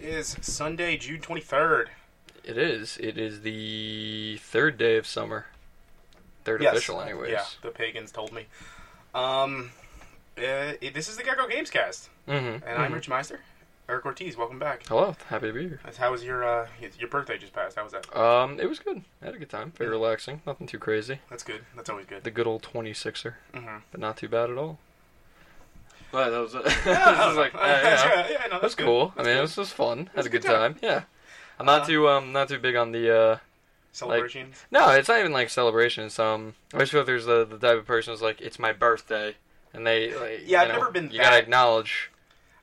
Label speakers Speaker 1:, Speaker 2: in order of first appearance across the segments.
Speaker 1: is Sunday, June 23rd.
Speaker 2: It is. It is the third day of summer. Third
Speaker 1: Yes.
Speaker 2: official, anyways.
Speaker 1: Yeah, the pagans told me. Um, uh, this is the Gecko Games Cast,
Speaker 2: Mm-hmm.
Speaker 1: and I'm Rich Meister. Eric Ortiz, welcome back.
Speaker 2: Hello. Happy to be here.
Speaker 1: How was your uh, your birthday just passed? How was that?
Speaker 2: Um, it was good. I had a good time. Very relaxing. Nothing too crazy.
Speaker 1: That's good. That's always good.
Speaker 2: The good old 26er,
Speaker 1: Mm-hmm.
Speaker 2: but not too bad at all. Well, that was,
Speaker 1: I
Speaker 2: like, uh,
Speaker 1: know.
Speaker 2: yeah, yeah.
Speaker 1: yeah, yeah, no, that's
Speaker 2: That's
Speaker 1: good.
Speaker 2: cool.
Speaker 1: That's
Speaker 2: I mean,
Speaker 1: good.
Speaker 2: it was just fun.
Speaker 1: was
Speaker 2: Had
Speaker 1: a
Speaker 2: a
Speaker 1: good
Speaker 2: good time. Yeah. I'm not
Speaker 1: Uh,
Speaker 2: too um not too big on the uh
Speaker 1: Celebrations.
Speaker 2: no, it's not even like celebrations. Um, I just feel like there's the the type of person who's like it's my birthday, and they like
Speaker 1: Yeah,
Speaker 2: you
Speaker 1: I've
Speaker 2: know,
Speaker 1: never been
Speaker 2: You gotta
Speaker 1: that-
Speaker 2: acknowledge.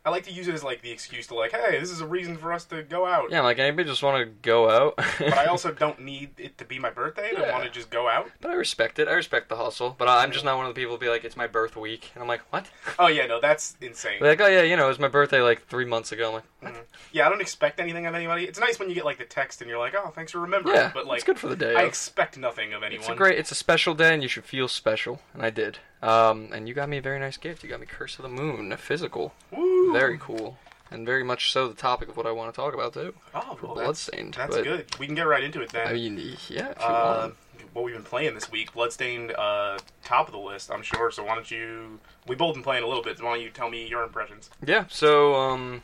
Speaker 1: I like to use it as like the excuse to like, hey, this is a reason for us to go out.
Speaker 2: Yeah, like anybody just want to go out.
Speaker 1: But I also don't need it to be my birthday to
Speaker 2: Yeah.
Speaker 1: want to just go out.
Speaker 2: But I respect it. I respect the hustle. But I- I'm just not one of the people to be like, it's my birth week, and I'm like, what?
Speaker 1: Oh yeah, no, that's insane.
Speaker 2: They're like, oh yeah, you know, it was my birthday like three months ago. I'm like,
Speaker 1: Yeah, I don't expect anything of anybody. It's nice when you get like the text and you're like, oh, thanks for remembering.
Speaker 2: yeah,
Speaker 1: but like,
Speaker 2: it's good for the day.
Speaker 1: I expect nothing of anyone.
Speaker 2: It's a great, it's a special day, and you should feel special, and I did. Um, and you got me a very nice gift. You got me Curse of the Moon, a physical,
Speaker 1: Woo!
Speaker 2: very cool, and very much so the topic of what I want to talk about too.
Speaker 1: Oh, well, that's,
Speaker 2: Bloodstained.
Speaker 1: that's
Speaker 2: but,
Speaker 1: good. We can get right into it then.
Speaker 2: I mean, yeah, if you
Speaker 1: uh,
Speaker 2: want.
Speaker 1: what we've been playing this week, Bloodstained, uh, top of the list, I'm sure. So why don't you? We both been playing a little bit. So why don't you tell me your impressions?
Speaker 2: Yeah, so um,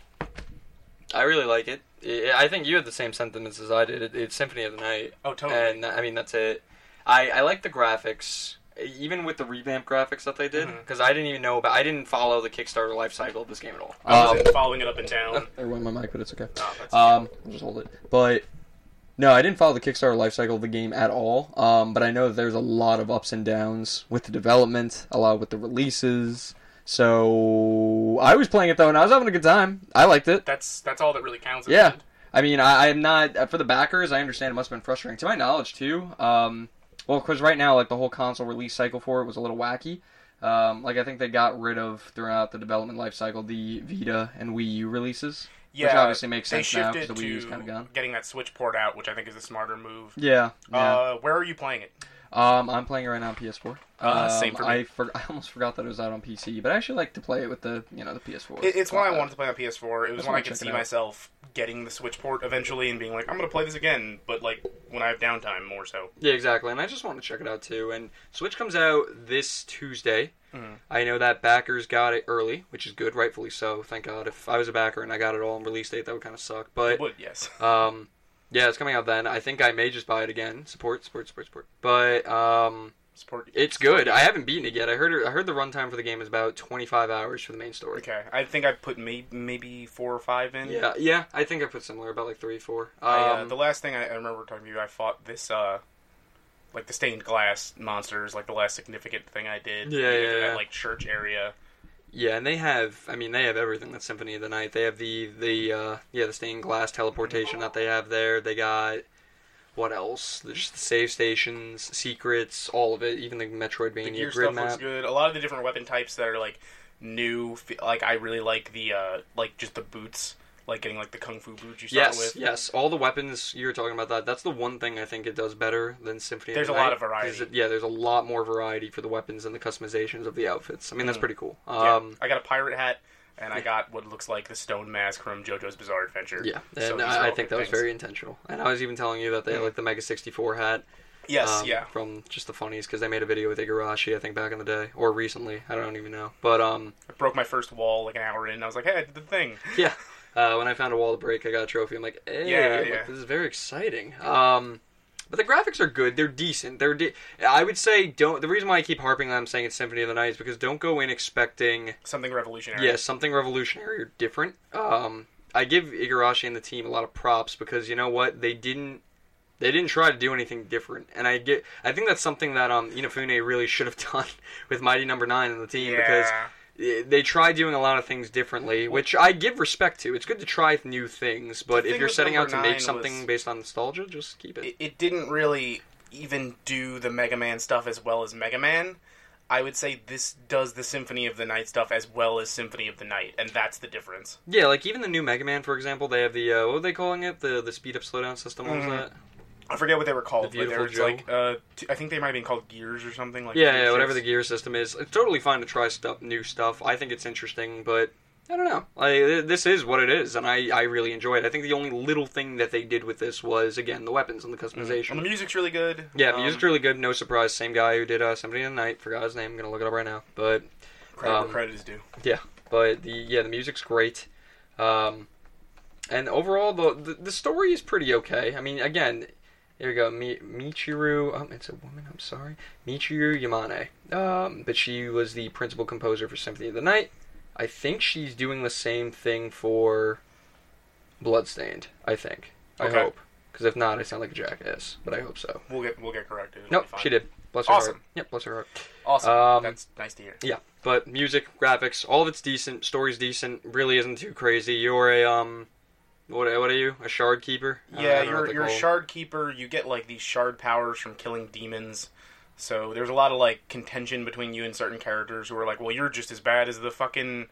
Speaker 2: I really like it. I- I think you had the same sentiments as I did. It, it's Symphony of the Night.
Speaker 1: Oh, totally.
Speaker 2: And I mean, that's it. I, I like the graphics, even with the revamp graphics that they did,
Speaker 1: Mhm.
Speaker 2: because I didn't even know about. I didn't follow the Kickstarter life cycle of this game at all. Um,
Speaker 1: I wasn't following it up and down.
Speaker 2: I ruined my mic, but it's okay.
Speaker 1: No, that's-
Speaker 2: Um, I'll just hold it. But no, I didn't follow the Kickstarter life cycle of the game at all. Um, but I know that there's a lot of ups and downs with the development, a lot with the releases. So I was playing it though, and I was having a good time. I liked it.
Speaker 1: that's that's all that really counts. at the
Speaker 2: Yeah.
Speaker 1: end.
Speaker 2: I mean, I, I'm not uh, for the backers. I understand it must have been frustrating to my knowledge too. Um, well, because right now, like the whole console release cycle for it was a little wacky. Um, like I think they got rid of throughout the development life cycle the Vita and Wii U releases,
Speaker 1: yeah.
Speaker 2: which obviously makes
Speaker 1: they
Speaker 2: sense now because
Speaker 1: shifted
Speaker 2: the Wii U's kind of
Speaker 1: to
Speaker 2: gone.
Speaker 1: getting that Switch port out, which I think is a smarter move.
Speaker 2: Yeah, yeah.
Speaker 1: Uh, where are you playing it?
Speaker 2: um, I'm playing it right now on PS4.
Speaker 1: Uh,
Speaker 2: Um,
Speaker 1: same for me.
Speaker 2: I, for, I almost forgot that it was out on PC, but I actually like to play it with the you know the PS4.
Speaker 1: It, it's one I
Speaker 2: Uh,
Speaker 1: wanted to play on PS4. It was
Speaker 2: That's
Speaker 1: one
Speaker 2: what
Speaker 1: I
Speaker 2: I'm
Speaker 1: could see
Speaker 2: checking out.
Speaker 1: myself getting the Switch port eventually and being like, I'm gonna play this again, but like when I have downtime more so.
Speaker 2: Yeah, exactly. And I just want to check it out too. And Switch comes out this Tuesday.
Speaker 1: Mhm.
Speaker 2: I know that backers got it early, which is good, rightfully so. Thank God. If I was a backer and I got it all on release date, that would kind of suck. But
Speaker 1: Would yes.
Speaker 2: um, yeah, it's coming out then. I think I may just buy it again. Support, support, support, support. But um,
Speaker 1: Support.
Speaker 2: it's good. I haven't beaten it yet. I heard I heard the runtime for the game is about 25 hours for the main story.
Speaker 1: Okay, I think I put may- maybe four or five in.
Speaker 2: Yeah, yeah. I think I put similar, about like three, four. Um,
Speaker 1: I, uh, the last thing I, I remember talking to you, I fought this, uh, like the stained glass monsters, like the last significant thing I did.
Speaker 2: Yeah,
Speaker 1: You get
Speaker 2: yeah,
Speaker 1: to that,
Speaker 2: yeah.
Speaker 1: Like church area.
Speaker 2: Yeah, and they have. I mean, they have everything. That Symphony of the Night. They have the the uh, yeah the stained glass teleportation that they have there. They got what else? There's just the save stations, secrets, all of it. Even the
Speaker 1: The
Speaker 2: Metroidvania
Speaker 1: gear
Speaker 2: grid
Speaker 1: stuff
Speaker 2: map.
Speaker 1: looks good. A lot of the different weapon types that are like new. f- Like I really like the uh, like just the boots. Like getting like the kung fu boots you start with.
Speaker 2: Yes, yes. All the weapons you were talking about that. That's the one thing I think it does better than Symphony.
Speaker 1: There's a
Speaker 2: of the
Speaker 1: lot
Speaker 2: Night,
Speaker 1: of variety.
Speaker 2: is it- yeah, there's a lot more variety for the weapons and the customizations of the outfits. I mean, that's
Speaker 1: Mhm.
Speaker 2: pretty cool.
Speaker 1: Yeah,
Speaker 2: Um,
Speaker 1: I got a pirate hat, and I got what looks like the stone mask from JoJo's Bizarre Adventure.
Speaker 2: yeah, and
Speaker 1: So these are
Speaker 2: I, I
Speaker 1: all
Speaker 2: think
Speaker 1: good
Speaker 2: that was
Speaker 1: things.
Speaker 2: very intentional. And I was even telling you that they had,
Speaker 1: Mhm.
Speaker 2: like the Mega 64 hat.
Speaker 1: Yes,
Speaker 2: um,
Speaker 1: yeah.
Speaker 2: From just the funnies because they made a video with Igarashi, I think, back in the day or recently. I don't even know. But um,
Speaker 1: I broke my first wall like an hour in, and I was like, hey, I did the thing.
Speaker 2: yeah, uh, when I found a wall to break, I got a trophy. I'm like, hey,
Speaker 1: Yeah, yeah,
Speaker 2: look,
Speaker 1: yeah.
Speaker 2: this is very exciting. Um, but the graphics are good. They're decent. They're de- I would say don't. The reason why I keep harping on I'm saying it's Symphony of the Night is because don't go in expecting
Speaker 1: Something revolutionary.
Speaker 2: yeah something revolutionary or different. Um, I give Igarashi and the team a lot of props because you know what they didn't. They didn't try to do anything different, and I get. I think that's something that um, Inafune really should have done with Mighty Number Nine and the team because
Speaker 1: Yeah.
Speaker 2: they try doing a lot of things differently, which I give respect to. It's good to try new things, but
Speaker 1: The
Speaker 2: if
Speaker 1: thing
Speaker 2: you're
Speaker 1: with
Speaker 2: setting out
Speaker 1: number
Speaker 2: to
Speaker 1: nine
Speaker 2: make something
Speaker 1: was-
Speaker 2: based on nostalgia, just keep it.
Speaker 1: it, it didn't really even do the Mega Man stuff as well as Mega Man. I would say this does the Symphony of the Night stuff as well as Symphony of the Night, and that's the difference.
Speaker 2: Yeah, like even the new Mega Man, for example, they have the uh, what were they calling it? The the speed up slow down system. What was
Speaker 1: Mhm.
Speaker 2: that?
Speaker 1: I forget what they were called,
Speaker 2: The
Speaker 1: but they were
Speaker 2: Beautiful
Speaker 1: like uh, t- I think they might have been called Gears or something like
Speaker 2: Yeah,
Speaker 1: gear
Speaker 2: yeah, whatever the
Speaker 1: shifts.
Speaker 2: gear system is. It's totally fine to try stuff, new stuff. I think it's interesting, but I don't know. Like th- this is what it is, and I, I really enjoy it. I think the only little thing that they did with this was again the weapons and the customization.
Speaker 1: Well, the music's really good.
Speaker 2: Yeah,
Speaker 1: Mm-hmm. Um,
Speaker 2: music's really good. No surprise. Same guy who did uh, Symphony of the Night. Forgot his name. I'm gonna look it up right now. But
Speaker 1: Credit
Speaker 2: um,
Speaker 1: where credit is due.
Speaker 2: yeah, but the yeah the music's great, um, and overall the, the the story is pretty okay. I mean, again, here we go. Mi- Michiru, um, it's a woman. I'm sorry, Michiru Yamane. Um, but she was the principal composer for Symphony of the Night. I think she's doing the same thing for Bloodstained. I think.
Speaker 1: Okay.
Speaker 2: I hope. Because if not, I sound like a jackass. But I hope so.
Speaker 1: We'll get we'll get corrected. It'll
Speaker 2: Nope,
Speaker 1: be fine.
Speaker 2: she did. Bless her
Speaker 1: Awesome.
Speaker 2: heart. Yep, bless her heart.
Speaker 1: Awesome.
Speaker 2: Um,
Speaker 1: That's nice to hear.
Speaker 2: Yeah, but music, graphics, all of it's decent. Story's decent. Really isn't too crazy. You're a um, what what are you? A shard keeper? I don't- I
Speaker 1: Yeah,
Speaker 2: don't know what
Speaker 1: you're
Speaker 2: they
Speaker 1: you're a
Speaker 2: call 'em.
Speaker 1: shard keeper. You get like these shard powers from killing demons. So there's a lot of like contention between you and certain characters who are like, well, you're just as bad as the fucking,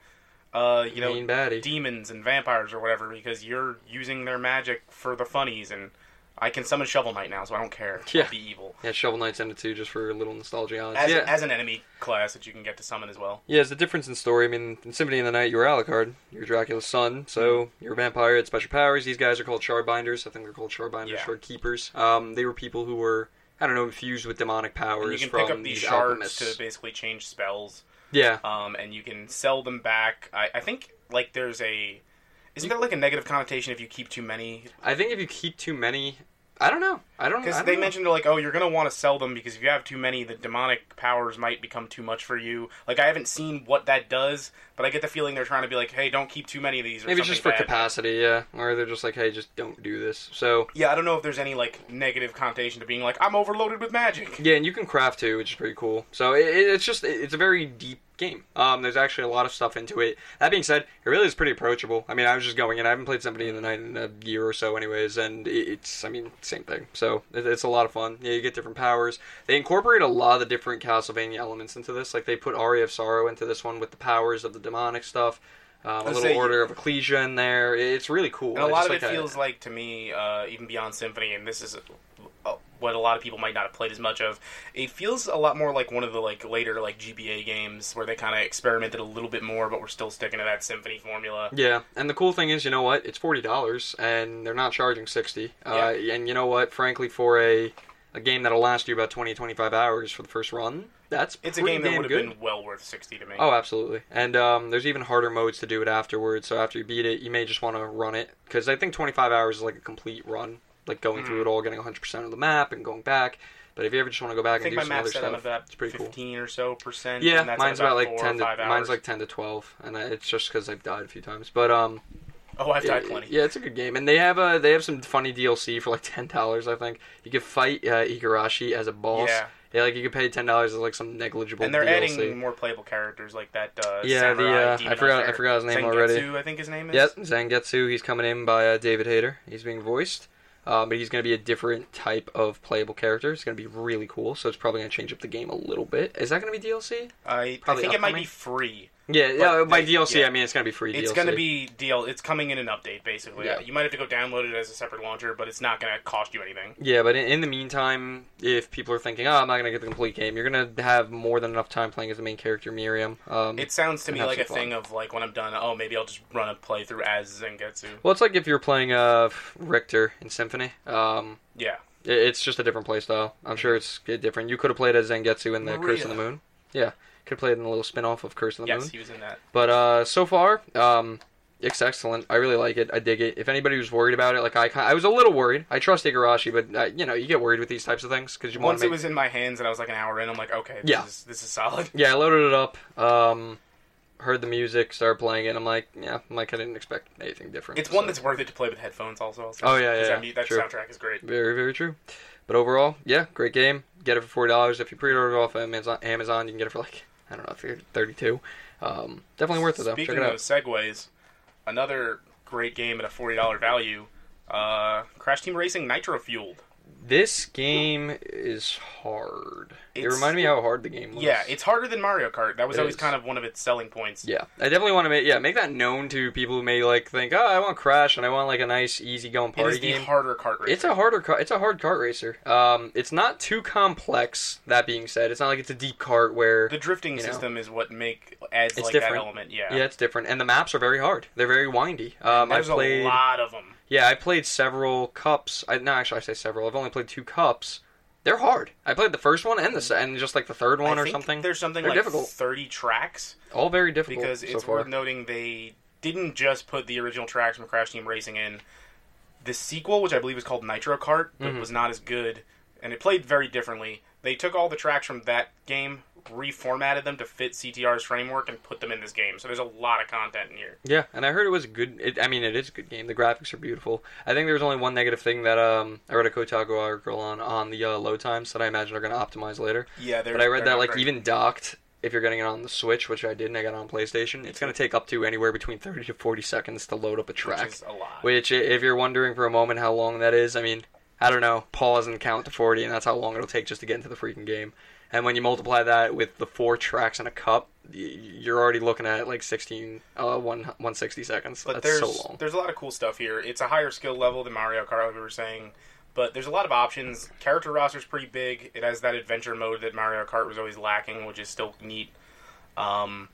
Speaker 1: uh, you know,
Speaker 2: mean baddie.
Speaker 1: demons and vampires or whatever because you're using their magic for the funnies and I can summon Shovel Knight now, so I don't care. I'll
Speaker 2: Yeah.
Speaker 1: be evil
Speaker 2: yeah, Shovel Knight's in it too, just for a little nostalgia. On it.
Speaker 1: as
Speaker 2: yeah,
Speaker 1: as an enemy class that you can get to summon as well.
Speaker 2: yeah. It's the difference in story. I mean, in Symphony of the Night, you're Alucard, you're Dracula's son, so
Speaker 1: Mm-hmm.
Speaker 2: you're a vampire. It's special powers. These guys are called shardbinders. I think they're called shardbinders,
Speaker 1: Yeah.
Speaker 2: shard keepers. Um, they were people who were. I don't know, infused with demonic powers
Speaker 1: And you can
Speaker 2: from
Speaker 1: pick up these shards
Speaker 2: alchemists.
Speaker 1: to basically change spells.
Speaker 2: yeah,
Speaker 1: um, and you can sell them back. I, I think like there's a isn't there like a negative connotation if you keep too many?
Speaker 2: I think if you keep too many, I don't know. I don't. I
Speaker 1: Because
Speaker 2: don't
Speaker 1: they
Speaker 2: know.
Speaker 1: mentioned like, oh, you're gonna want to sell them because if you have too many, the demonic powers might become too much for you. Like I haven't seen what that does, but I get the feeling they're trying to be like, hey, don't keep too many of these. Or
Speaker 2: Maybe it's just for
Speaker 1: something bad.
Speaker 2: capacity, yeah. Or they're just like, hey, just don't do this. So
Speaker 1: Yeah, I don't know if there's any like negative connotation to being like I'm overloaded with magic.
Speaker 2: yeah, and you can craft too, which is pretty cool. So it, it- it's just it- it's a very deep game. Um, there's actually a lot of stuff into it. That being said, it really is pretty approachable. I mean, I was just going and I haven't played Symphony of the Night in a year or so, anyways, and it, it's I mean same thing. So it, it's a lot of fun. Yeah, you get different powers. They incorporate a lot of the different Castlevania elements into this. Like they put Aria of Sorrow into this one with the powers of the demonic stuff. Um, a
Speaker 1: I'd
Speaker 2: little
Speaker 1: say-
Speaker 2: Order of Ecclesia in there. It- It's really cool.
Speaker 1: And a
Speaker 2: I
Speaker 1: lot
Speaker 2: just
Speaker 1: of it
Speaker 2: like that-
Speaker 1: feels like to me, uh, even beyond Symphony, and this is uh, what a lot of people might not have played as much of. It feels a lot more like one of the like later like GBA games where they kind of experimented a little bit more, but we're still sticking to that Symphony formula.
Speaker 2: Yeah, and the cool thing is, you know what? It's forty dollars, and they're not charging sixty. Uh, and you know what? Frankly, for a a game that'll last you about 20, 25 hours for the first run, that's
Speaker 1: It's a
Speaker 2: pretty
Speaker 1: game that
Speaker 2: damn
Speaker 1: would have
Speaker 2: good.
Speaker 1: been well worth sixty to me.
Speaker 2: Oh, absolutely. And um, there's even harder modes to do it afterwards. So after you beat it, you may just want to run it because I think 25 hours is like a complete run, like going through it
Speaker 1: Mm.
Speaker 2: all, getting 100% of the map, and going back. But if you ever just want to go
Speaker 1: I
Speaker 2: back and
Speaker 1: think
Speaker 2: do
Speaker 1: my
Speaker 2: some other
Speaker 1: max set out
Speaker 2: stuff,
Speaker 1: of that
Speaker 2: it's pretty cool.
Speaker 1: fifteen or so percent.
Speaker 2: Yeah,
Speaker 1: and that's at
Speaker 2: mine's about like
Speaker 1: four or
Speaker 2: 10 to
Speaker 1: five hours.
Speaker 2: mine's like 10 to 12, and I, it's just because I've died a few times. But um.
Speaker 1: oh, I've died
Speaker 2: Yeah,
Speaker 1: plenty.
Speaker 2: Yeah, it's a good game, and they have uh, they have some funny DLC for like ten dollars. I think you could fight uh, Igarashi as a boss.
Speaker 1: Yeah.
Speaker 2: like you could pay ten dollars as like some negligible.
Speaker 1: And they're
Speaker 2: DLC.
Speaker 1: adding more playable characters like that. Uh,
Speaker 2: Yeah, the,
Speaker 1: samurai
Speaker 2: uh, I
Speaker 1: demon
Speaker 2: forgot- I
Speaker 1: hunter.
Speaker 2: forgot his name
Speaker 1: Sengetsu,
Speaker 2: already.
Speaker 1: I think his name is.
Speaker 2: Yep, Zangetsu. He's coming in by uh, David Hayter. He's being voiced, um, but he's going to be a different type of playable character. It's going to be really cool. So it's probably going to change up the game a little bit. Is that going to be DLC?
Speaker 1: I, I
Speaker 2: Probably
Speaker 1: think it might
Speaker 2: upcoming.
Speaker 1: be free.
Speaker 2: Yeah, yeah. By
Speaker 1: they-
Speaker 2: DLC,
Speaker 1: yeah.
Speaker 2: I mean it's going to be free.
Speaker 1: It's
Speaker 2: DLC.
Speaker 1: going to be deal. It's coming in an update, basically.
Speaker 2: Yeah.
Speaker 1: You might have to go download it as a separate launcher, but it's not going to cost you anything.
Speaker 2: Yeah, but in, in the meantime, if people are thinking, "Oh, I'm not gonna get the complete game," you're gonna have more than enough time playing as the main character Miriam. Um,
Speaker 1: It sounds to
Speaker 2: And
Speaker 1: me
Speaker 2: have
Speaker 1: like a
Speaker 2: some
Speaker 1: thing of like when I'm done. Oh, maybe I'll just run a playthrough as Zengetsu.
Speaker 2: well, it's like if you're playing uh, Richter in Symphony. Um,
Speaker 1: Yeah,
Speaker 2: i- it's just a different playstyle. I'm sure it's g- different. You could have played as Zangetsu in the Curse of the
Speaker 1: Maria.
Speaker 2: Moon. Yeah, could have played in the little spin-off of Curse of the
Speaker 1: yes,
Speaker 2: Moon.
Speaker 1: he was in that.
Speaker 2: But uh, so far, um, it's excellent. I really like it. I dig it. If anybody was worried about it, like I, ki- I was a little worried. I trust Igarashi, but uh, you know, you get worried with these types of things because you want
Speaker 1: Once
Speaker 2: to
Speaker 1: it
Speaker 2: make
Speaker 1: was in my hands and I was like an hour in, I'm like, okay, this
Speaker 2: Yeah.
Speaker 1: is this is solid.
Speaker 2: Yeah, I loaded it up. Um, heard the music, started playing it. and I'm like, yeah, I'm like I didn't expect anything different.
Speaker 1: It's one
Speaker 2: so.
Speaker 1: that's worth it to play with headphones. Also, I'll say.
Speaker 2: Oh, yeah,
Speaker 1: 'Cause
Speaker 2: yeah,
Speaker 1: that mu- That
Speaker 2: sure.
Speaker 1: soundtrack is great.
Speaker 2: very very true. But overall, yeah, great game. Get it for forty dollars if you pre-order it off Amazon. Amazon, you can get it for like I don't know, if you're thirty-two. Um, definitely worth it though.
Speaker 1: Speaking
Speaker 2: Check it
Speaker 1: of
Speaker 2: out.
Speaker 1: segues, another great game at a forty dollar value. Uh, Crash Team Racing Nitro Fueled.
Speaker 2: This game is hard. it
Speaker 1: It's-
Speaker 2: reminded me how hard the game was.
Speaker 1: Yeah, it's harder than Mario Kart. That was
Speaker 2: It
Speaker 1: always
Speaker 2: is.
Speaker 1: kind of one of its selling points.
Speaker 2: Yeah, I definitely want to make yeah make that known to people who may like think oh I want Crash and I want like a nice easy going
Speaker 1: it
Speaker 2: party
Speaker 1: is
Speaker 2: game.
Speaker 1: the harder kart racer.
Speaker 2: It's a harder car. It's a hard kart racer. Um, it's not too complex. That being said, it's not like it's a deep cart where
Speaker 1: the drifting
Speaker 2: you know.
Speaker 1: system is what make adds
Speaker 2: It's
Speaker 1: like
Speaker 2: different.
Speaker 1: that element. Yeah,
Speaker 2: yeah, it's different. And the maps are very hard. They're very windy. Um, I
Speaker 1: there's
Speaker 2: played.
Speaker 1: a lot of them.
Speaker 2: Yeah, I played several cups. I, no, actually, I say several. I've only played two cups. They're hard. I played the first one and the se- and just like the third one
Speaker 1: I
Speaker 2: or
Speaker 1: think
Speaker 2: something.
Speaker 1: There's something
Speaker 2: They're
Speaker 1: like
Speaker 2: difficult.
Speaker 1: 30 tracks
Speaker 2: All very difficult
Speaker 1: because
Speaker 2: so
Speaker 1: it's
Speaker 2: far.
Speaker 1: worth noting they didn't just put the original tracks from Crash Team Racing in. The sequel, which I believe is called Nitro Kart, but
Speaker 2: Mm-hmm.
Speaker 1: was not as good, and it played very differently. They took all the tracks from that game, reformatted them to fit CTR's framework, and put them in this game. So there's a lot of content in here.
Speaker 2: Yeah, and I heard it was a good. It, I mean, it is a good game. The graphics are beautiful. I think there was only one negative thing that um, I read a Kotaku article on on the uh, load times that I imagine are going to optimize later.
Speaker 1: Yeah,
Speaker 2: But I read that like even docked, if you're getting it on the Switch, which I did, and I got it on PlayStation, it's going to take up to anywhere between 30 to 40 seconds to load up a track.
Speaker 1: which is a lot.
Speaker 2: Which, i if you're wondering for a moment how long that is, I mean, I don't know, pause and count to 40, and that's how long it'll take just to get into the freaking game. And when you multiply that with the four tracks and a cup, y- you're already looking at like 16, uh, one, 160 seconds.
Speaker 1: But
Speaker 2: that's
Speaker 1: there's
Speaker 2: so long.
Speaker 1: there's a lot of cool stuff here. It's a higher skill level than Mario Kart, like we were saying, but there's a lot of options. Character roster's pretty big. It has that adventure mode that Mario Kart was always lacking, which is still neat. Um,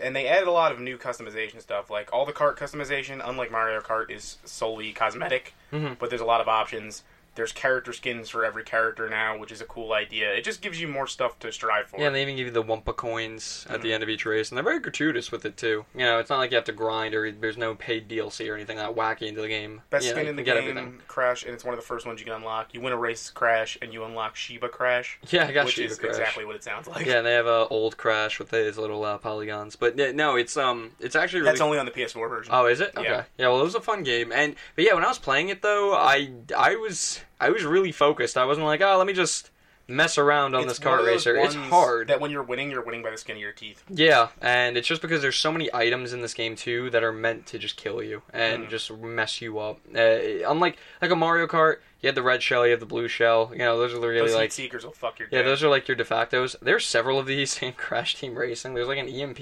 Speaker 1: and they added a lot of new customization stuff. Like all the kart customization, unlike Mario Kart, is solely cosmetic.
Speaker 2: Mm-hmm.
Speaker 1: But there's a lot of options. There's character skins for every character now, which is a cool idea. It just gives you more stuff to strive for.
Speaker 2: Yeah, and they even give you the Wumpa coins at
Speaker 1: Mm-hmm.
Speaker 2: the end of each race, and they're very gratuitous with it too. You know, it's not like you have to grind or there's no paid DLC or anything that wacky into the game.
Speaker 1: Best
Speaker 2: you know,
Speaker 1: skin
Speaker 2: you
Speaker 1: in the
Speaker 2: can get
Speaker 1: game,
Speaker 2: everything.
Speaker 1: Crash, and it's one of the first ones you can unlock. You win a race, Crash, and you unlock Sheba Crash.
Speaker 2: Yeah, I got
Speaker 1: which
Speaker 2: you.
Speaker 1: is
Speaker 2: Crash.
Speaker 1: exactly what it sounds like.
Speaker 2: Yeah, and they have a old Crash with his little uh, polygons, but yeah, no, it's um, it's actually really
Speaker 1: That's only on the PS4 version.
Speaker 2: Oh, is it?
Speaker 1: Yeah.
Speaker 2: Okay. Yeah. Well, it was a fun game, and but yeah, when I was playing it though, I I was I was really focused. I wasn't like, oh, let me just mess around on this
Speaker 1: one
Speaker 2: kart
Speaker 1: of those
Speaker 2: racer. It's
Speaker 1: ones
Speaker 2: hard.
Speaker 1: That when you're winning, you're winning by the skin of your teeth.
Speaker 2: Yeah, and it's just because there's so many items in this game too that are meant to just kill you and
Speaker 1: Mm.
Speaker 2: just mess you up. Uh, unlike like a Mario Kart, you had the red shell, you have the blue shell. You know, those are the really
Speaker 1: Those
Speaker 2: like
Speaker 1: heat seekers will fuck your
Speaker 2: yeah,
Speaker 1: dick.
Speaker 2: those are like your de factos. There's several of these in Crash Team Racing. There's like an EMP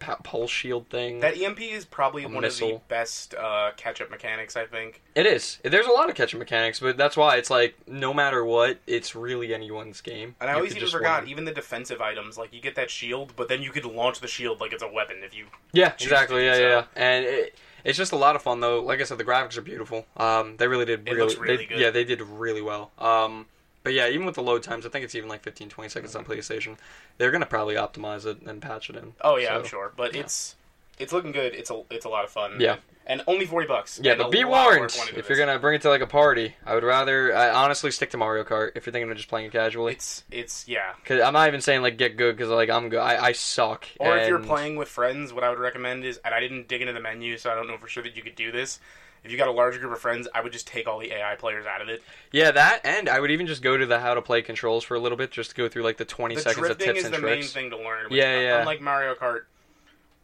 Speaker 2: pa- pulse shield thing.
Speaker 1: That EMP is probably one of
Speaker 2: missile.
Speaker 1: the best uh, catch-up mechanics, I think.
Speaker 2: It is. There's a lot of catching mechanics, but that's why it's like no matter what, it's really anyone's game.
Speaker 1: And I
Speaker 2: You
Speaker 1: always
Speaker 2: could
Speaker 1: even
Speaker 2: just
Speaker 1: forgot,
Speaker 2: win.
Speaker 1: even the defensive items, like you get that shield, but then you could launch the shield like it's a weapon if you.
Speaker 2: Yeah,
Speaker 1: choose
Speaker 2: exactly.
Speaker 1: to
Speaker 2: Yeah,
Speaker 1: do
Speaker 2: yeah.
Speaker 1: so.
Speaker 2: yeah. And it, it's just a lot of fun though. Like I said, the graphics are beautiful. Um, they really did.
Speaker 1: It looks
Speaker 2: really
Speaker 1: really
Speaker 2: they-
Speaker 1: good.
Speaker 2: Yeah, they did really well. Um, but yeah, even with the load times, I think it's even like 15, 20 seconds
Speaker 1: Mm-hmm.
Speaker 2: on PlayStation. They're gonna probably optimize it and patch it in.
Speaker 1: Oh yeah, I'm
Speaker 2: So,
Speaker 1: sure, but it's it's looking good. It's a it's a lot of fun.
Speaker 2: Yeah.
Speaker 1: and only forty bucks.
Speaker 2: Yeah,
Speaker 1: And a
Speaker 2: but
Speaker 1: lot
Speaker 2: be
Speaker 1: of work
Speaker 2: warned
Speaker 1: went into
Speaker 2: if
Speaker 1: this.
Speaker 2: you're gonna bring it to like a party. I would rather I honestly stick to Mario Kart if you're thinking of just playing it casually.
Speaker 1: It's it's yeah.
Speaker 2: Cause I'm not even saying like get good because like I'm good. I, I suck.
Speaker 1: Or if you're
Speaker 2: and-
Speaker 1: playing with friends, what I would recommend is, and I didn't dig into the menu, so I don't know for sure that you could do this. If you got a large group of friends, I would just take all the AI players out of it.
Speaker 2: Yeah, that and I would even just go to the how to play controls for a little bit, just to go through like the twenty
Speaker 1: The
Speaker 2: seconds of
Speaker 1: drifting
Speaker 2: tips
Speaker 1: is
Speaker 2: and
Speaker 1: the main
Speaker 2: tricks.
Speaker 1: thing to learn. uh,
Speaker 2: Yeah, yeah.
Speaker 1: Unlike Mario Kart,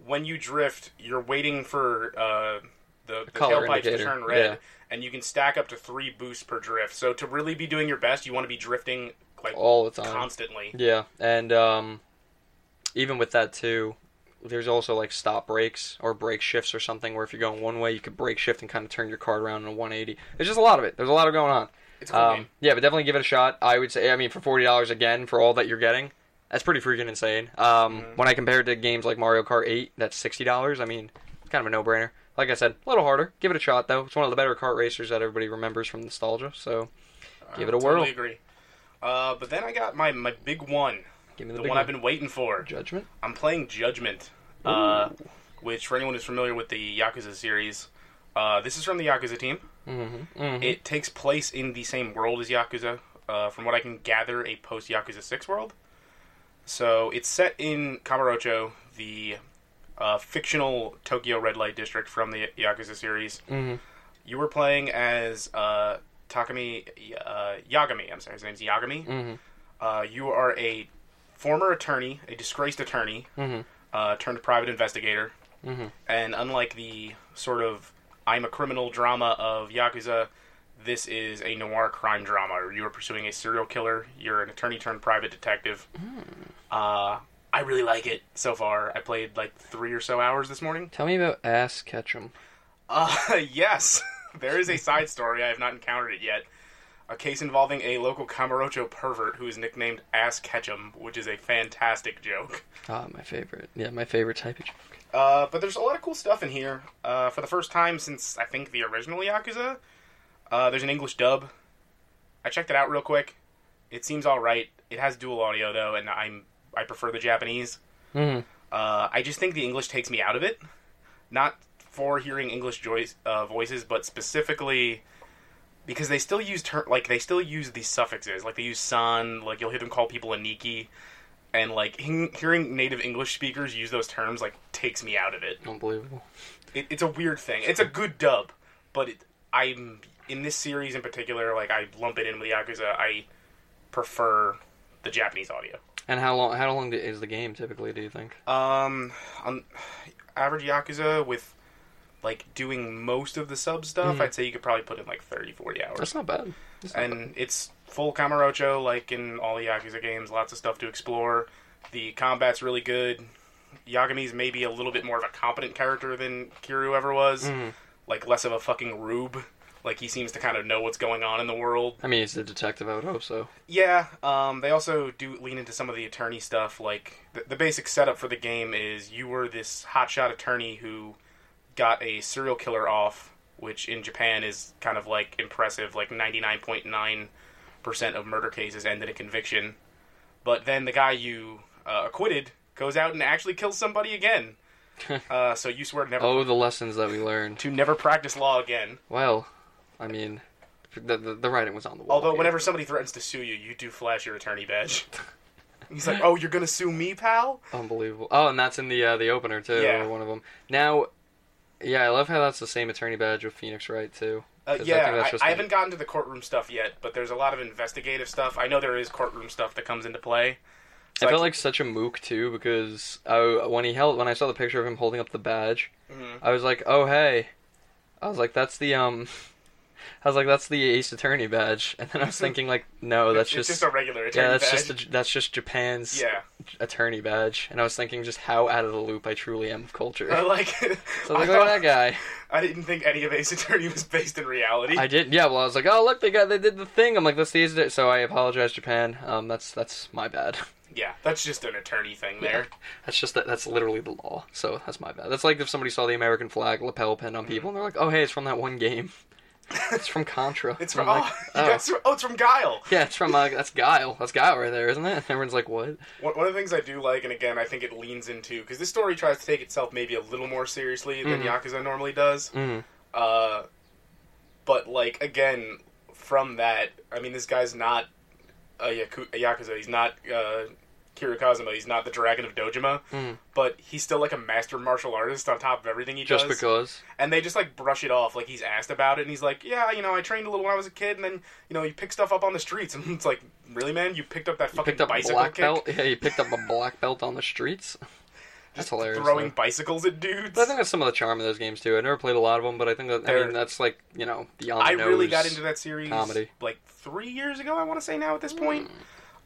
Speaker 1: when you drift, you're waiting for uh, the, the
Speaker 2: color
Speaker 1: tailpipes to
Speaker 2: indicator,
Speaker 1: turn red,
Speaker 2: yeah.
Speaker 1: and you can stack up to three boosts per drift. So to really be doing your best, you want to be drifting like
Speaker 2: All the time.
Speaker 1: constantly.
Speaker 2: Yeah, and um, even with that too, there's also like stop breaks or brake shifts or something where if you're going one way, you could brake shift and kind of turn your car around in a 180. There's just a lot of it. There's a lot of going on.
Speaker 1: It's a cool
Speaker 2: Um,
Speaker 1: game.
Speaker 2: yeah, but definitely give it a shot. I would say, I mean, for forty dollars again for all that you're getting, that's pretty freaking insane. Um,
Speaker 1: Mm-hmm.
Speaker 2: When I compare it to games like Mario Kart Eight, that's sixty dollars. I mean, it's kind of a no-brainer. Like I said, a little harder. Give it a shot though. It's one of the better kart racers that everybody remembers from nostalgia. So give it a
Speaker 1: I totally
Speaker 2: whirl.
Speaker 1: agree. Uh, but then I got my, my big one,
Speaker 2: Give me
Speaker 1: the
Speaker 2: the,
Speaker 1: one
Speaker 2: big
Speaker 1: I've been waiting for.
Speaker 2: Judgment.
Speaker 1: I'm playing Judgment, uh, which for anyone who's familiar with the Yakuza series, uh, this is from the Yakuza team.
Speaker 2: Mm-hmm. mm-hmm.
Speaker 1: It takes place in the same world as Yakuza, uh, from what I can gather, a post Yakuza Six world. So it's set in Kamurocho, the uh, fictional Tokyo red light district from the Yakuza series.
Speaker 2: Mhm.
Speaker 1: You were playing as uh, Takami uh, Yagami. I'm sorry, his name's Yagami.
Speaker 2: Mhm.
Speaker 1: Uh, you are a former attorney, a disgraced attorney,
Speaker 2: Mhm.
Speaker 1: uh, turned private investigator.
Speaker 2: Mhm.
Speaker 1: And unlike the sort of I'm a criminal drama of Yakuza, This is a noir crime drama. You are pursuing a serial killer. You're an attorney turned private detective. Uh, I really like it so far. I played like three or so hours this morning.
Speaker 2: Tell me about Ass Ketchum.
Speaker 1: Uh, yes, there is a side story. I have not encountered it yet. A case involving a local Camarocho pervert who is nicknamed Ass Ketchum, which is a fantastic joke.
Speaker 2: Ah, my favorite. Yeah, my favorite type of joke.
Speaker 1: Uh, but there's a lot of cool stuff in here. Uh, for the first time since I think the original Yakuza, uh, there's an English dub. I checked it out real quick. It seems all right. It has dual audio though, and I'm I prefer the Japanese.
Speaker 2: Mhm.
Speaker 1: Uh, I just think the English takes me out of it. Not for hearing English joys, uh, voices, but specifically because they still use ter- like they still use these suffixes. Like they use san. Like you'll hear them call people aniki. And like he- hearing native English speakers use those terms like takes me out of it
Speaker 2: Unbelievable.
Speaker 1: it, it's a weird thing. It's a good dub, but it, I'm in this series in particular. Like I lump it in with Yakuza. uh, I prefer the Japanese audio.
Speaker 2: And how long? How long is the game typically? Do you think?
Speaker 1: Um, on average Yakuza with like doing most of the sub stuff,
Speaker 2: Mhm.
Speaker 1: I'd say you could probably put in like 30, 40 hours.
Speaker 2: That's not bad. That's not bad.
Speaker 1: And it's full Kamurocho, like in all the Yakuza games. Lots of stuff to explore. The combat's really good. Yagami's maybe a little bit more of a competent character than Kiryu ever was.
Speaker 2: Mhm.
Speaker 1: like less of a fucking rube. Like he seems to kind of know what's going on in the world.
Speaker 2: I mean, he's a detective. I would hope so.
Speaker 1: Yeah, um, they also do lean into some of the attorney stuff. Like the, the basic setup for the game is you were this hotshot attorney who got a serial killer off, which in Japan is kind of like impressive. Like ninety nine point nine percent of murder cases end in a conviction, but then the guy you uh, acquitted goes out and actually kills somebody again. uh, so you swear to never
Speaker 2: Oh, the lessons that we learned.
Speaker 1: to never practice law again.
Speaker 2: Well, I mean, the the, the writing was on the wall.
Speaker 1: Although,
Speaker 2: here.
Speaker 1: whenever somebody threatens to sue you, you do flash your attorney badge. He's like, "Oh, you're gonna sue me, pal?"
Speaker 2: Unbelievable. Oh, and that's in the uh, the opener too.
Speaker 1: Yeah.
Speaker 2: Or one of them. Now, yeah, I love how that's the same attorney badge with Phoenix Wright too.
Speaker 1: Uh,
Speaker 2: 'Cause I think
Speaker 1: yeah,
Speaker 2: that's
Speaker 1: I,
Speaker 2: just
Speaker 1: I
Speaker 2: the-
Speaker 1: haven't gotten to the courtroom stuff yet, but there's a lot of investigative stuff. I know there is courtroom stuff that comes into play. So
Speaker 2: I
Speaker 1: I
Speaker 2: felt
Speaker 1: can-
Speaker 2: like such a mook too because I, when he held when I saw the picture of him holding up the badge,
Speaker 1: Mhm.
Speaker 2: I was like, oh hey, I was like that's the um, I was like that's the Ace Attorney badge, and then I was thinking like no that's
Speaker 1: it's
Speaker 2: just,
Speaker 1: just a regular attorney
Speaker 2: yeah that's
Speaker 1: badge.
Speaker 2: just a, that's just Japan's
Speaker 1: yeah,
Speaker 2: attorney badge, and I was thinking just how out of the loop I truly am of culture.
Speaker 1: I
Speaker 2: So
Speaker 1: like.
Speaker 2: I was
Speaker 1: I,
Speaker 2: like, oh
Speaker 1: thought,
Speaker 2: that guy.
Speaker 1: I didn't think any of Ace Attorney was based in reality.
Speaker 2: I did. Yeah. Well, I was like, oh look, they got they did the thing. I'm like, that's the easy. So I apologize, Japan. Um, that's that's my bad.
Speaker 1: yeah, that's just an attorney thing there.
Speaker 2: That's just that. That's literally the law. So that's my bad. That's like if somebody saw the American flag lapel pin
Speaker 1: Mm-hmm.
Speaker 2: on people and they're like, oh hey, it's from that one game. It's from Contra.
Speaker 1: It's
Speaker 2: And
Speaker 1: from
Speaker 2: I'm
Speaker 1: oh,
Speaker 2: like,
Speaker 1: you
Speaker 2: oh.
Speaker 1: guys- oh, it's from Guile.
Speaker 2: Yeah, it's from uh, that's Guile. That's Guile right there, isn't it? Everyone's like, what?
Speaker 1: One, one of the things I do like, and again, I think it leans into because this story tries to take itself maybe a little more seriously than
Speaker 2: Mm-hmm.
Speaker 1: Yakuza normally does.
Speaker 2: Mm.
Speaker 1: Uh, but like again, from that, I mean, this guy's not a, Yaku- a yakuza. He's not uh, Kirikazuma. He's not the Dragon of Dojima.
Speaker 2: Mm.
Speaker 1: But he's still like a master martial artist on top of everything he
Speaker 2: Just
Speaker 1: does.
Speaker 2: because.
Speaker 1: And they just like brush it off. Like he's asked about it, and he's like, "Yeah, you know, I trained a little when I was a kid, and then you know, you pick stuff up on the streets." And it's like, "Really, man? You picked up that
Speaker 2: You
Speaker 1: fucking
Speaker 2: picked up a
Speaker 1: bicycle
Speaker 2: black
Speaker 1: kick?"
Speaker 2: belt. Yeah, you picked up a black belt on the streets. That's hilarious.
Speaker 1: throwing
Speaker 2: though.
Speaker 1: bicycles at dudes.
Speaker 2: But I think that's some of the charm of those games too. I never played a lot of them, but I think that I
Speaker 1: They're-
Speaker 2: mean that's like you know beyond.
Speaker 1: I really got into that series
Speaker 2: comedy. Hmm.
Speaker 1: like three years ago. I want to say now at this point,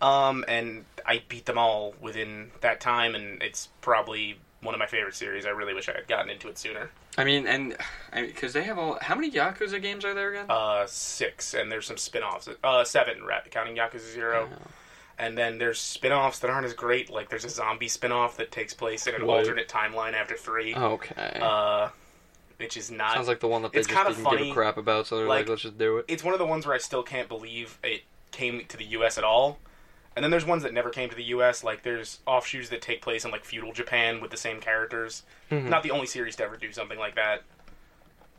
Speaker 1: um, and I beat them all within that time, and it's probably one of my favorite series. I really wish I had gotten into it sooner.
Speaker 2: I mean, and I mean, because they have all. How many Yakuza games are there again?
Speaker 1: Uh, six, and there's some spin-offs. Uh, seven, ra- counting Yakuza Zero.
Speaker 2: Oh.
Speaker 1: And then there's spin-offs that aren't as great. Like there's a zombie spin-off that takes place in an
Speaker 2: What?
Speaker 1: alternate timeline after three,
Speaker 2: okay.
Speaker 1: uh, which is not
Speaker 2: Sounds like the one that they
Speaker 1: it's
Speaker 2: just
Speaker 1: kinda
Speaker 2: didn't give
Speaker 1: funny,
Speaker 2: a crap about, so they're like,
Speaker 1: like-
Speaker 2: let's just do it.
Speaker 1: it's one of the ones where I still can't believe it came to the U.S. at all. And then there's ones that never came to the U.S. Like there's offshoots that take place in like feudal Japan with the same characters. Not the only series to ever do something like that,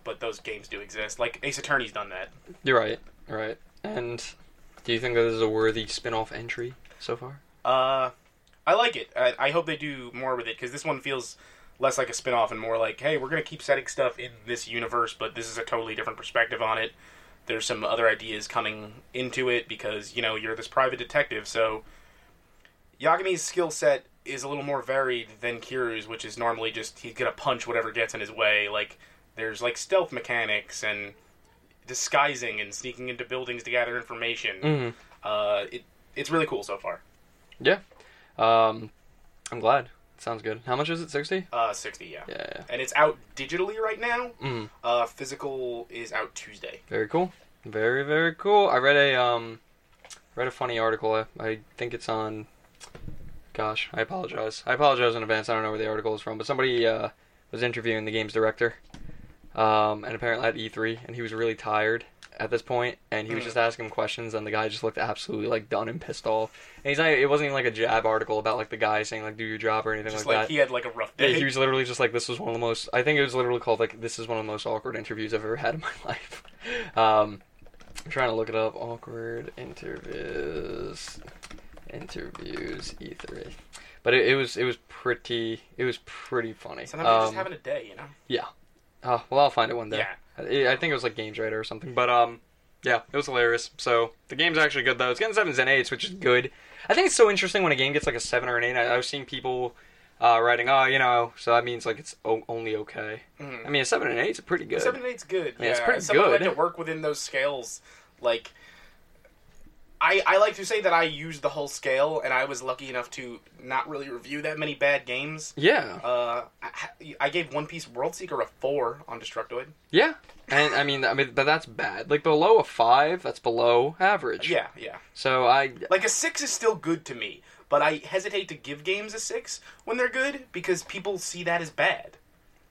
Speaker 1: but those games do exist. Like Ace Attorney's done that.
Speaker 2: You're right. You're right. And do you think that this is a worthy spin-off entry so far?
Speaker 1: Uh, I like it. I, I hope they do more with it because this one feels less like a spin-off and more like, hey, we're gonna keep setting stuff in this universe, but this is a totally different perspective on it. There's some other ideas coming into it because you know you're this private detective, so Yagami's skill set is a little more varied than Kiru's, which is normally just he's gonna punch whatever gets in his way. Like there's like stealth mechanics and disguising and sneaking into buildings to gather information.
Speaker 2: Mhm.
Speaker 1: Uh, it it's really cool so far.
Speaker 2: Yeah. Um, I'm glad. Sounds good. How much is it? Sixty.
Speaker 1: Uh, sixty, yeah.
Speaker 2: Yeah. yeah.
Speaker 1: And it's out digitally right now.
Speaker 2: Mm.
Speaker 1: Uh, physical is out Tuesday.
Speaker 2: Very cool. Very very cool. I read a um, read a funny article. I, I think it's on. Gosh, I apologize. I apologize in advance. I don't know where the article is from, but somebody uh, was interviewing the game's director, um, and apparently at E3, and he was really tired at this point, and he was
Speaker 1: Mm.
Speaker 2: just asking him questions, and the guy just looked absolutely like done and pissed off. And he's not. It wasn't even like a jab article about like the guy saying like do your job or anything
Speaker 1: Just
Speaker 2: like
Speaker 1: like,
Speaker 2: that.
Speaker 1: he had like a rough
Speaker 2: Yeah,
Speaker 1: day.
Speaker 2: he was literally just like, this was one of the most. I think it was literally called like, this is one of the most awkward interviews I've ever had in my life. Um, I'm trying to look it up. Awkward interviews, interviews, E3. But it, it was it was pretty it was pretty funny.
Speaker 1: Sometimes you're just
Speaker 2: Um,
Speaker 1: having a day, you know.
Speaker 2: uh, well, I'll find it one day.
Speaker 1: Yeah.
Speaker 2: I I think it was like Games Writer or something, but um, yeah, it was hilarious. So the game's actually good though. It's getting sevens and eights, which is good. I think it's so interesting when a game gets like a seven or an eight. I, I was seeing people uh, writing, oh, you know, so that means like it's o- only okay.
Speaker 1: Mhm.
Speaker 2: I mean, a seven and an eight's pretty good.
Speaker 1: Seven and eight's good.
Speaker 2: Yeah, it's pretty
Speaker 1: Someone
Speaker 2: good.
Speaker 1: had to work within those scales. Like, I I like to say that I used the whole scale, and I was lucky enough to not really review that many bad games.
Speaker 2: Yeah,
Speaker 1: Uh, I, I gave One Piece World Seeker a four on Destructoid.
Speaker 2: yeah, and I mean, I mean, but that's bad. Like below a five, that's below average.
Speaker 1: Yeah, yeah.
Speaker 2: So I,
Speaker 1: Like a six is still good to me, but I hesitate to give games a six when they're good because people see that as bad.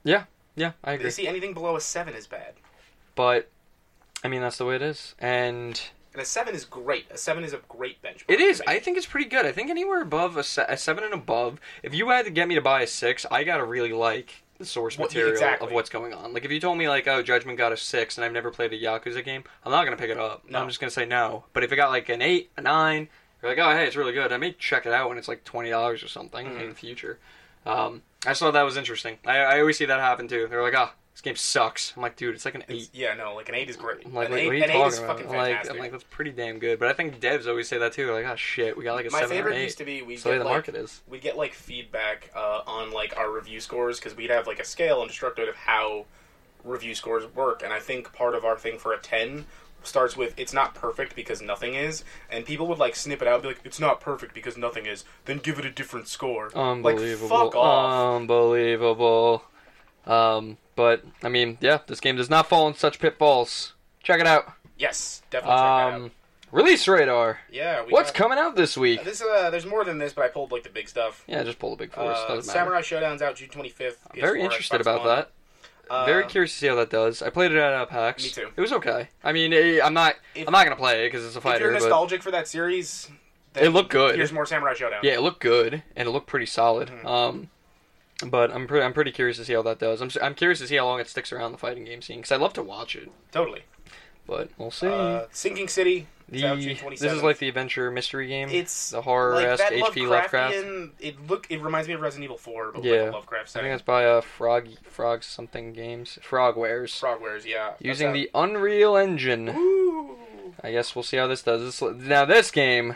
Speaker 2: yeah, I
Speaker 1: They
Speaker 2: agree.
Speaker 1: see anything below a seven as bad.
Speaker 2: But I mean, that's the way it is, and
Speaker 1: And a seven is great. A seven is a great benchmark.
Speaker 2: It is.
Speaker 1: to me.
Speaker 2: I think it's pretty good. I think anywhere above a, se- a seven and above, if you had to get me to buy a six, I gotta really like the source
Speaker 1: What-
Speaker 2: material
Speaker 1: exactly.
Speaker 2: of what's going on. Like if you told me like, oh, Judgment got a six, and I've never played a Yakuza game, I'm not gonna pick it up.
Speaker 1: No.
Speaker 2: I'm just gonna say no. But if it got like an eight, a nine, you're like, oh, hey, it's really good. I may check it out when it's like twenty dollars or something in
Speaker 1: Mhm.
Speaker 2: the future. Um, I just thought that was interesting. I, I always see that happen too. They're like, ah, this game sucks. I'm like, dude, it's like an eight.
Speaker 1: It's- yeah, no, like an eight is great.
Speaker 2: I'm like,
Speaker 1: an
Speaker 2: wait,
Speaker 1: eight,
Speaker 2: what are you
Speaker 1: an eight is
Speaker 2: talking about?
Speaker 1: fucking
Speaker 2: I'm like,
Speaker 1: fantastic.
Speaker 2: I'm like, that's pretty damn good. But I think devs always say that too. They're like, oh shit, we got like a
Speaker 1: My
Speaker 2: seven or an
Speaker 1: favorite
Speaker 2: eight.
Speaker 1: used to be we
Speaker 2: So the way
Speaker 1: get
Speaker 2: the
Speaker 1: like
Speaker 2: market is.
Speaker 1: we get like feedback uh, on like our review scores because we'd have like a scale and destructoid of how review scores work, and I think part of our thing for a ten starts with it's not perfect because nothing is, and people would like snip it out and be like it's not perfect because nothing is, then give it a different score.
Speaker 2: Unbelievable. Um,
Speaker 1: Like fuck off.
Speaker 2: Unbelievable. Um, but I mean, yeah, this game does not fall in such pitfalls. Check it out.
Speaker 1: yes, definitely check that out.
Speaker 2: Um, release radar.
Speaker 1: Yeah, we
Speaker 2: What's
Speaker 1: got,
Speaker 2: coming out this week?
Speaker 1: this? Uh, there's more than this, but I pulled like the big stuff.
Speaker 2: Yeah, just pull the big four. It
Speaker 1: Uh,
Speaker 2: doesn't matter.
Speaker 1: Samurai Showdown's out June 25th. It's
Speaker 2: Very
Speaker 1: for
Speaker 2: interested
Speaker 1: Xbox
Speaker 2: about
Speaker 1: One.
Speaker 2: that.
Speaker 1: Uh,
Speaker 2: Very curious to see how that does. I played it at uh, PAX.
Speaker 1: Me too.
Speaker 2: It was okay. I mean, eh, I'm not.
Speaker 1: If-
Speaker 2: I'm not gonna play it because it's a
Speaker 1: If you're
Speaker 2: fighter. but
Speaker 1: nostalgic for that series,
Speaker 2: it looked good.
Speaker 1: Here's more Samurai Showdown.
Speaker 2: Yeah, it looked good and it looked pretty solid.
Speaker 1: Hmm.
Speaker 2: Um, but I'm pretty I'm pretty curious to see how that does. I'm s- I'm curious to see how long it sticks around the fighting game scene because I love to watch it.
Speaker 1: totally.
Speaker 2: But we'll see.
Speaker 1: Uh, Sinking City. It's out
Speaker 2: Mm. the
Speaker 1: June
Speaker 2: this
Speaker 1: 27th.
Speaker 2: is like the adventure mystery game.
Speaker 1: it's
Speaker 2: the horror
Speaker 1: like
Speaker 2: esque
Speaker 1: that
Speaker 2: HP Lovecraft. I
Speaker 1: Lovecraftian- It look. It reminds me of Resident Evil 4, but
Speaker 2: Yeah.
Speaker 1: like a Lovecraft
Speaker 2: think
Speaker 1: setting.
Speaker 2: that's by uh, Frog Frog something games. Frogwares
Speaker 1: Frogwares, yeah. That's
Speaker 2: using
Speaker 1: out.
Speaker 2: the Unreal Engine.
Speaker 1: Ooh.
Speaker 2: I guess we'll see how this does. This, lo- now this game,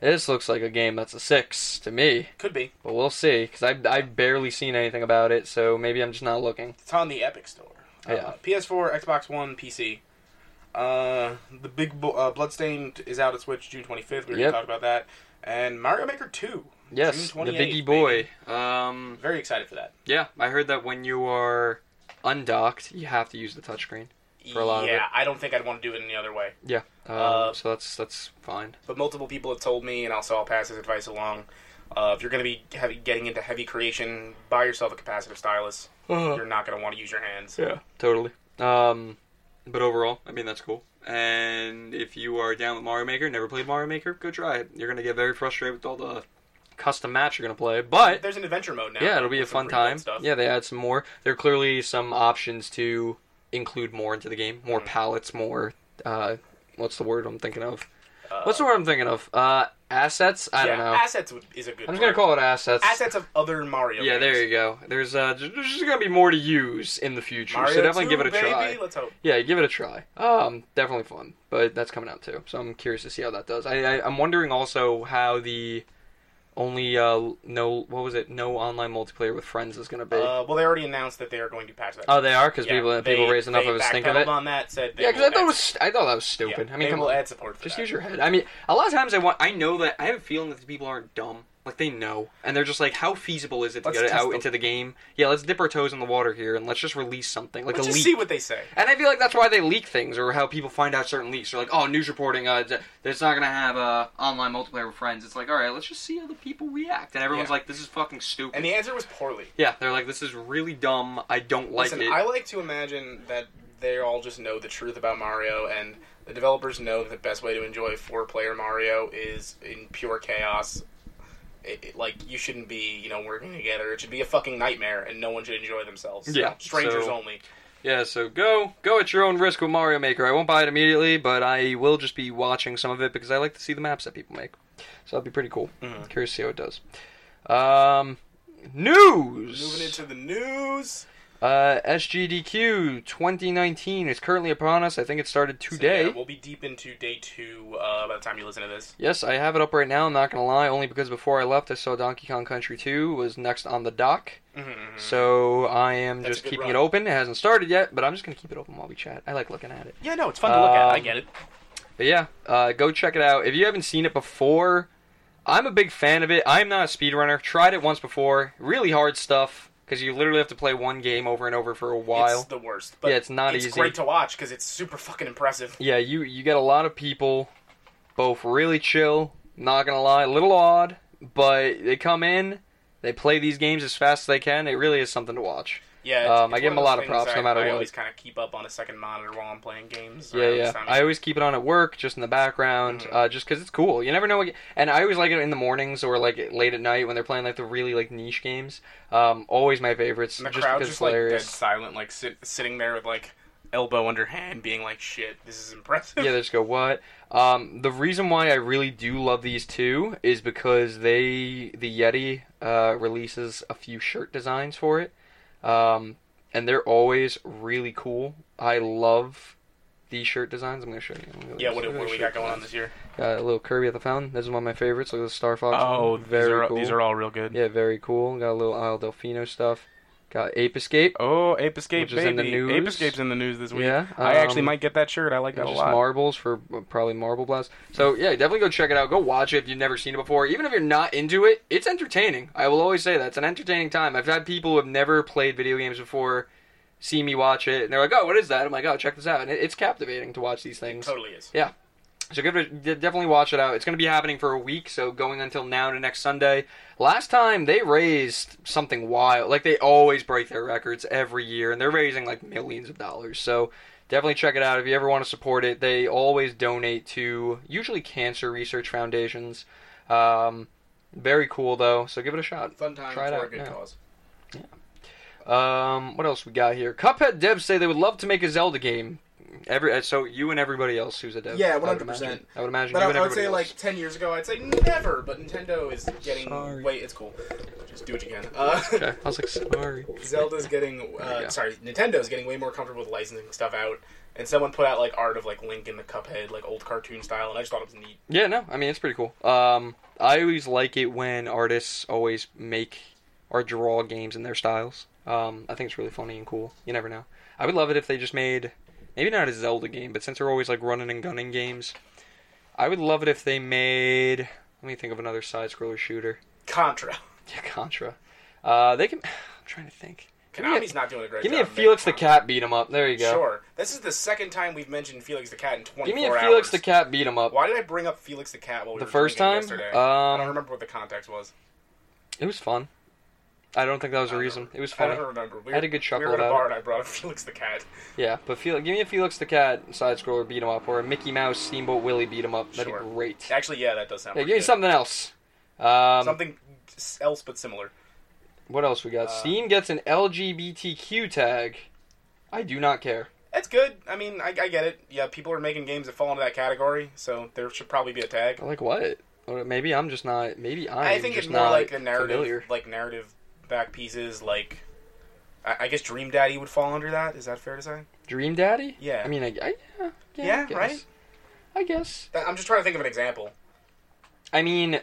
Speaker 2: this looks like a game that's a six to me.
Speaker 1: Could be.
Speaker 2: But we'll see, because I've, I've barely seen anything about it, so maybe I'm just not looking.
Speaker 1: It's on the Epic Store. Uh,
Speaker 2: Yeah.
Speaker 1: PS4, Xbox One, PC. Uh, the big Bo- uh, Bloodstained is out at Switch June 25th. We already
Speaker 2: Yep.
Speaker 1: talked about that. And Mario Maker 2.
Speaker 2: Yes,
Speaker 1: June
Speaker 2: the
Speaker 1: 28th,
Speaker 2: Biggie Boy.
Speaker 1: baby.
Speaker 2: Um,
Speaker 1: Very excited for that.
Speaker 2: yeah, I heard that when you are undocked, you have to use the touchscreen. For a lot of
Speaker 1: yeah, I don't think I'd want to do it any other way.
Speaker 2: Yeah, um,
Speaker 1: Uh,
Speaker 2: so that's that's fine.
Speaker 1: but multiple people have told me, and also I'll pass this advice along. Uh, if you're going to be heavy, getting into heavy creation, buy yourself a capacitive stylus. You're not going to want to use your hands.
Speaker 2: yeah, totally. Um, but overall, I mean that's cool. And if you are down with Mario Maker, never played Mario Maker, go try it. You're gonna get very frustrated with all the custom match you're gonna play, but
Speaker 1: There's an adventure mode now.
Speaker 2: yeah, it'll be a
Speaker 1: with some
Speaker 2: fun
Speaker 1: pretty cool
Speaker 2: time.
Speaker 1: Stuff.
Speaker 2: Yeah, they add some more. There are clearly some options to include more into the game, more
Speaker 1: Mhm.
Speaker 2: palettes, more. Uh, what's the word I'm thinking of?
Speaker 1: Uh,
Speaker 2: What's the word I'm thinking of? Uh, assets. I
Speaker 1: yeah,
Speaker 2: don't know.
Speaker 1: Assets would- is a good.
Speaker 2: I'm just gonna
Speaker 1: word.
Speaker 2: call it assets.
Speaker 1: assets of other Mario.
Speaker 2: Yeah,
Speaker 1: games.
Speaker 2: there you go. There's uh, there's just gonna be more to use in the future,
Speaker 1: Mario
Speaker 2: so definitely
Speaker 1: 2,
Speaker 2: give it a
Speaker 1: baby.
Speaker 2: try.
Speaker 1: Let's hope.
Speaker 2: Yeah, give it a try. Um, definitely fun, but that's coming out too, so I'm curious to see how that does. I, I I'm wondering also how the only uh, no what was it? No online multiplayer with friends is going to be.
Speaker 1: Uh, well, they already announced that they are going to patch that.
Speaker 2: oh, they are because
Speaker 1: Yeah,
Speaker 2: people
Speaker 1: they-
Speaker 2: people raised enough
Speaker 1: they
Speaker 2: of a stink of
Speaker 1: backpedaled
Speaker 2: it.
Speaker 1: on that. Said they
Speaker 2: Yeah,
Speaker 1: will
Speaker 2: because I thought it
Speaker 1: add-
Speaker 2: was st- I thought that was
Speaker 1: yeah,
Speaker 2: stupid. I mean,
Speaker 1: they
Speaker 2: come
Speaker 1: will
Speaker 2: on.
Speaker 1: add support for
Speaker 2: Just
Speaker 1: that.
Speaker 2: use your head. I mean, a lot of times I want. I know that I have a feeling that the people aren't dumb. Like they know, and they're just like, "How feasible is it to
Speaker 1: Let's
Speaker 2: get it
Speaker 1: test
Speaker 2: out
Speaker 1: them.
Speaker 2: into the game? Yeah, let's dip our toes in the water here, and let's just release something like
Speaker 1: Let's
Speaker 2: a
Speaker 1: just
Speaker 2: leak."
Speaker 1: see what they say.
Speaker 2: and I feel like that's why they leak things, or how people find out certain leaks. They're like, "Oh, news reporting, uh, th- it's not gonna have uh, online multiplayer with friends." It's like, all right, let's just see how the people react, and everyone's
Speaker 1: Yeah.
Speaker 2: like, "This is fucking stupid."
Speaker 1: And the answer was poorly.
Speaker 2: yeah, they're like, "This is really dumb. I don't like
Speaker 1: Listen,
Speaker 2: it."
Speaker 1: I like to imagine that they all just know the truth about Mario, and the developers know that the best way to enjoy four-player Mario is in pure chaos. It, it- like you shouldn't be, you know, working together. It should be a fucking nightmare, and no one should enjoy themselves.
Speaker 2: Yeah,
Speaker 1: strangers
Speaker 2: so-
Speaker 1: only.
Speaker 2: Yeah, so go go at your own risk with Mario Maker. I won't buy it immediately, but I will just be watching some of it because I like to see the maps that people make. So that'd be pretty cool.
Speaker 1: Mhm.
Speaker 2: Curious to see how it does. Um, news.
Speaker 1: Moving into the news
Speaker 2: uh, SGDQ 2019 is currently upon us. I think it started
Speaker 1: So,
Speaker 2: today.
Speaker 1: yeah, we'll be deep into day two uh, by the time you listen to this.
Speaker 2: Yes, I have it up right now. I'm not gonna lie, only because before I left, I saw Donkey Kong Country 2 was next on the dock.
Speaker 1: Mm-hmm.
Speaker 2: So I am
Speaker 1: That's a
Speaker 2: just
Speaker 1: good
Speaker 2: keeping
Speaker 1: run.
Speaker 2: it open. It hasn't started yet, but I'm just gonna keep it open while we chat. I like looking at it.
Speaker 1: Yeah, no, it's fun to look at. I
Speaker 2: Um,
Speaker 1: get it.
Speaker 2: But yeah, uh, go check it out. If you haven't seen it before, I'm a big fan of it. I'm not a speedrunner. Tried it once before. Really hard stuff because you literally have to play one game over and over for a
Speaker 1: It's
Speaker 2: while.
Speaker 1: the worst. But
Speaker 2: Yeah, it's not
Speaker 1: it's
Speaker 2: easy.
Speaker 1: great to watch because it's super fucking impressive.
Speaker 2: Yeah, you you get a lot of people, both really chill. Not gonna lie, a little odd, but they come in, they play these games as fast as they can. It really is something to watch.
Speaker 1: Yeah, it's,
Speaker 2: Um,
Speaker 1: it's
Speaker 2: I give
Speaker 1: one
Speaker 2: him a lot
Speaker 1: those
Speaker 2: of
Speaker 1: things
Speaker 2: props no
Speaker 1: I-
Speaker 2: matter
Speaker 1: I
Speaker 2: what.
Speaker 1: always kind of keep up on a second monitor while I'm playing games.
Speaker 2: Yeah, yeah. I always keep it on at work, just in the background,
Speaker 1: Mhm.
Speaker 2: uh, just because it's cool. You never know. What, ge- and I always like it in the mornings or like late at night when they're playing like the really like niche games. Um, always my favorites,
Speaker 1: and the
Speaker 2: just
Speaker 1: crowd
Speaker 2: because
Speaker 1: just
Speaker 2: it's
Speaker 1: like dead
Speaker 2: hilarious.
Speaker 1: silent, like sit, sitting there with like elbow under hand, being like, "Shit, this is impressive."
Speaker 2: yeah, they just go what. Um, the reason why I really do love these two is because they the Yeti uh, releases a few shirt designs for it, um, and they're always really cool. I love these shirt designs. I'm gonna show you. I'm gonna-
Speaker 1: yeah. What, do-
Speaker 2: look
Speaker 1: what
Speaker 2: at
Speaker 1: do
Speaker 2: the
Speaker 1: we got
Speaker 2: shirt
Speaker 1: going on
Speaker 2: designs.
Speaker 1: this year?
Speaker 2: Got a little Kirby at the fountain. This is one of my favorites. Look at the Star Fox. one.
Speaker 1: Oh, all real good.
Speaker 2: yeah, very cool. Got a little Isle Delfino stuff. Got Ape Escape.
Speaker 1: Oh, Ape Escape,
Speaker 2: Which is in the news.
Speaker 1: in the news this
Speaker 2: Yeah, um,
Speaker 1: get that shirt. I like
Speaker 2: and just marbles for uh, probably marble blast. So yeah, definitely go check it out. Go watch it if you've never seen it before. Even if you're not into it, it's entertaining. I will always say that it's an entertaining time. I've had people who have never played video games before see me watch it, and they're like, "Oh, what is that?" I'm like, "Oh, check this out." And it, it's captivating to watch these
Speaker 1: It
Speaker 2: things.
Speaker 1: totally is.
Speaker 2: So give it de- definitely watch it out. It's going to be happening for a week, so going until now to next Sunday. Last time they raised something wild. Like they always break their records every year and they're raising like millions of dollars. So definitely check it out if you ever want to support it. They always donate to usually cancer research foundations. Um, very cool though. So give it a shot.
Speaker 1: Fun time
Speaker 2: Try it
Speaker 1: for a
Speaker 2: out,
Speaker 1: good
Speaker 2: yeah.
Speaker 1: cause.
Speaker 2: Um, what else we got here? Cuphead devs say they would love to make a Zelda game. Every uh, so you and everybody else who's a dev.
Speaker 1: Yeah,
Speaker 2: I would
Speaker 1: 100%.
Speaker 2: imagine. I would imagine.
Speaker 1: But
Speaker 2: you
Speaker 1: I,
Speaker 2: and
Speaker 1: I would say,
Speaker 2: everybody else.
Speaker 1: like, 10 years ago, I'd say never, but Nintendo is getting.
Speaker 2: Sorry.
Speaker 1: Wait, it's cool. Just do what you can. Uh,
Speaker 2: Okay. I was like, sorry.
Speaker 1: Zelda's getting.
Speaker 2: There you
Speaker 1: Uh,
Speaker 2: go.
Speaker 1: sorry, Nintendo's getting way more comfortable with licensing stuff out, and someone put out, like, art of, like, Link in the Cuphead, like, old cartoon style, and I just thought it was neat.
Speaker 2: Yeah, no, I mean it's pretty cool. Um, I always like it when artists always make or draw games in their styles. Um, I think it's really funny and cool. You never know. I would love it if they just made maybe not a Zelda game, but since they're always like running and gunning games, I would love it if they made. Let me think of another side scroller shooter.
Speaker 1: Contra.
Speaker 2: Yeah, Contra. Uh, they can. I'm trying to think. Give me a-
Speaker 1: Konami's not doing a great
Speaker 2: Give
Speaker 1: job.
Speaker 2: me a
Speaker 1: of
Speaker 2: Felix the
Speaker 1: making
Speaker 2: Cat beat 'em up. There you
Speaker 1: Contra.
Speaker 2: go.
Speaker 1: Sure. This is the second time we've mentioned Felix the Cat in 24
Speaker 2: Give me a
Speaker 1: hours.
Speaker 2: Felix the Cat beat 'em up.
Speaker 1: Why did I bring up Felix the Cat while we
Speaker 2: The
Speaker 1: were
Speaker 2: first time,
Speaker 1: drinking yesterday? I don't
Speaker 2: um,
Speaker 1: remember what the context was.
Speaker 2: it was fun. I don't think that was
Speaker 1: I
Speaker 2: a
Speaker 1: don't
Speaker 2: reason. It was
Speaker 1: I
Speaker 2: funny.
Speaker 1: don't remember. We
Speaker 2: I had a good chuckle
Speaker 1: We were at a
Speaker 2: about
Speaker 1: bar and I brought up Felix the Cat.
Speaker 2: Yeah, but Felix, give me a Felix the Cat side scroller beat 'em up or a Mickey Mouse Steamboat Willie beat 'em up. That'd
Speaker 1: Sure.
Speaker 2: be great. Yeah,
Speaker 1: Actually, yeah, that does sound.
Speaker 2: give
Speaker 1: pretty
Speaker 2: me
Speaker 1: good.
Speaker 2: something else. Um,
Speaker 1: something s- else but similar.
Speaker 2: What else we got?
Speaker 1: Uh,
Speaker 2: Steam gets an LGBTQ tag. I do not care.
Speaker 1: That's good. I mean, I, I get it. Yeah, people are making games that fall into that category, so there should probably be a tag.
Speaker 2: Like what? Or maybe I'm just not. Maybe I'm
Speaker 1: i think
Speaker 2: just
Speaker 1: it's more
Speaker 2: not
Speaker 1: like the narrative,
Speaker 2: familiar.
Speaker 1: like narrative back pieces. Like, I, I guess Dream Daddy would fall under that. Is that fair to say?
Speaker 2: Dream Daddy.
Speaker 1: Yeah.
Speaker 2: I mean, I, I yeah, yeah,
Speaker 1: Yeah,
Speaker 2: I guess.
Speaker 1: right?
Speaker 2: I guess.
Speaker 1: That- I'm just trying to think of an example.
Speaker 2: I mean,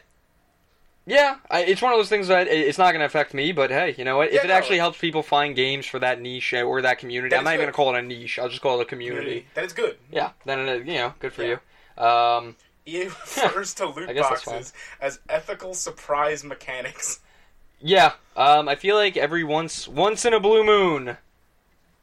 Speaker 2: Yeah, I, it's one of those things that it- it's not going to affect me, but hey, you know what? If
Speaker 1: Yeah,
Speaker 2: it
Speaker 1: no,
Speaker 2: actually
Speaker 1: it-
Speaker 2: helps people find games for that niche uh, or that community,
Speaker 1: That
Speaker 2: I'm
Speaker 1: is
Speaker 2: not even
Speaker 1: good.
Speaker 2: going to call it a niche. I'll just call it a community.
Speaker 1: That is good.
Speaker 2: Yeah, then it, you know, good for
Speaker 1: Yeah.
Speaker 2: you. Um,
Speaker 1: EA refers to
Speaker 2: I
Speaker 1: loot
Speaker 2: guess that's fine.
Speaker 1: boxes as ethical surprise mechanics.
Speaker 2: yeah, um, I feel like every once once in a blue moon,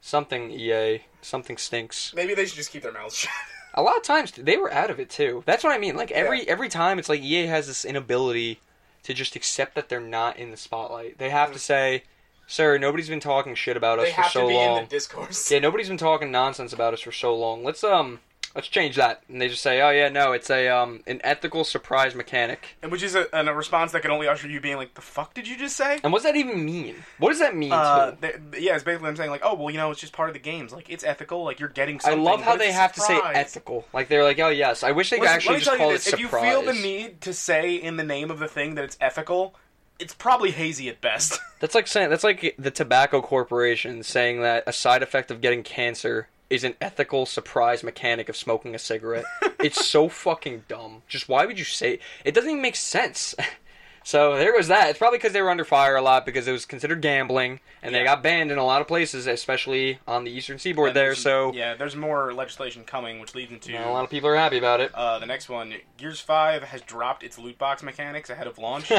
Speaker 2: something EA something stinks.
Speaker 1: Maybe they should just keep their mouths shut.
Speaker 2: A lot of times they were out of it too. That's what I mean. Like every every time, it's like EA has this inability to just accept that they're not in the spotlight. They have to say, "Sir, nobody's been talking shit about us
Speaker 1: Mm. they
Speaker 2: for
Speaker 1: have
Speaker 2: so
Speaker 1: to be
Speaker 2: long."
Speaker 1: in the discourse.
Speaker 2: Yeah, nobody's been talking nonsense about us for so long. Let's um let's change that. And they just say, "Oh yeah, no, it's a um an ethical surprise mechanic."
Speaker 1: And which is a, and a response that can only usher you being like, the fuck did you just say?
Speaker 2: And what's that even mean? What does that mean?
Speaker 1: Uh,
Speaker 2: too?
Speaker 1: th- th- yeah, it's basically them saying like, oh well, you know, it's just part of the games. Like it's ethical. Like you're getting.
Speaker 2: I
Speaker 1: Something,
Speaker 2: love how
Speaker 1: but it's
Speaker 2: they
Speaker 1: a
Speaker 2: have to
Speaker 1: surprise.
Speaker 2: say ethical. Like they're like, "Oh yes, I wish they could
Speaker 1: Listen,
Speaker 2: actually just call it
Speaker 1: If you
Speaker 2: surprise."
Speaker 1: feel the need to say in the name of the thing that it's ethical, it's probably hazy at best.
Speaker 2: That's like saying that's like the tobacco corporation saying that a side effect of getting cancer is an ethical surprise mechanic of smoking a cigarette. it's so fucking dumb. Just why would you say it doesn't even make sense. so there was that. It's probably because they were under fire a lot because it was considered gambling and they
Speaker 1: Yeah.
Speaker 2: got banned in a lot of places, especially on the eastern seaboard there.
Speaker 1: There's-
Speaker 2: So
Speaker 1: yeah, there's more legislation coming, which leads into
Speaker 2: not a lot of people are happy about it.
Speaker 1: Uh, the next one, Gears 5 has dropped its loot box mechanics ahead of launch,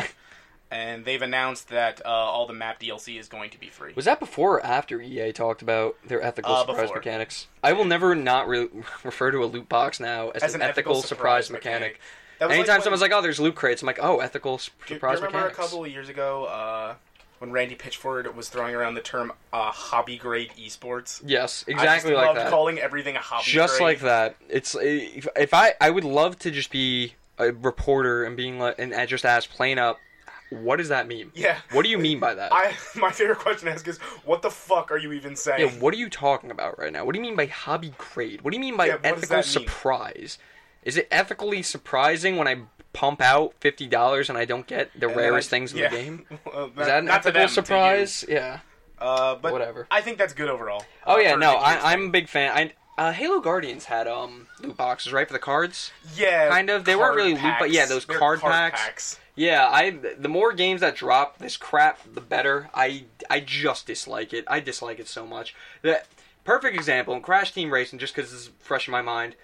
Speaker 1: and they've announced that uh, all the map DLC is going to be free.
Speaker 2: Was that before or after EA talked about their ethical
Speaker 1: Uh,
Speaker 2: surprise
Speaker 1: before.
Speaker 2: mechanics? I will never not re- refer to a loot box now as, an, ethical, surprise, mechanic.
Speaker 1: That was
Speaker 2: Anytime
Speaker 1: when-
Speaker 2: someone's like, "Oh, there's loot crates," I'm like, "Oh, ethical s-
Speaker 1: do you-
Speaker 2: surprise
Speaker 1: do you remember
Speaker 2: mechanics."
Speaker 1: a couple of years ago uh, when Randy Pitchford was throwing around the term uh, hobby grade esports?
Speaker 2: Yes,
Speaker 1: I just
Speaker 2: exactly like
Speaker 1: loved
Speaker 2: that.
Speaker 1: calling everything a hobby
Speaker 2: Just
Speaker 1: grade.
Speaker 2: like that. It's if, if I I would love to just be a reporter and being like and I just ask plain up, "What does that mean?
Speaker 1: Yeah.
Speaker 2: What do you mean by that?
Speaker 1: I my favorite question to ask is, what the fuck are you even
Speaker 2: yeah,
Speaker 1: saying?
Speaker 2: what are you talking about right now? What do you mean by hobby grade? What do you mean by
Speaker 1: Yeah, what does
Speaker 2: ethical
Speaker 1: that mean?
Speaker 2: surprise? Is it ethically surprising when I pump out fifty dollars and I don't get the
Speaker 1: And then I-
Speaker 2: rarest things in
Speaker 1: yeah.
Speaker 2: the game?
Speaker 1: Well,
Speaker 2: Is that an
Speaker 1: not to them,
Speaker 2: ethical
Speaker 1: to you.
Speaker 2: surprise? Yeah.
Speaker 1: Uh, but
Speaker 2: Whatever.
Speaker 1: I think that's good overall.
Speaker 2: Oh
Speaker 1: Uh,
Speaker 2: yeah,
Speaker 1: for
Speaker 2: no,
Speaker 1: a Gears
Speaker 2: I, I'm a big fan. I, uh, Halo Guardians had um loot boxes, right, for the cards.
Speaker 1: Yeah,
Speaker 2: Kind of. They weren't really loot, but yeah, those
Speaker 1: They're
Speaker 2: card packs. Yeah, I the more games that drop this crap, the better. I I just dislike it. I dislike it so much. That perfect example in Crash Team Racing, just because it's fresh in my mind.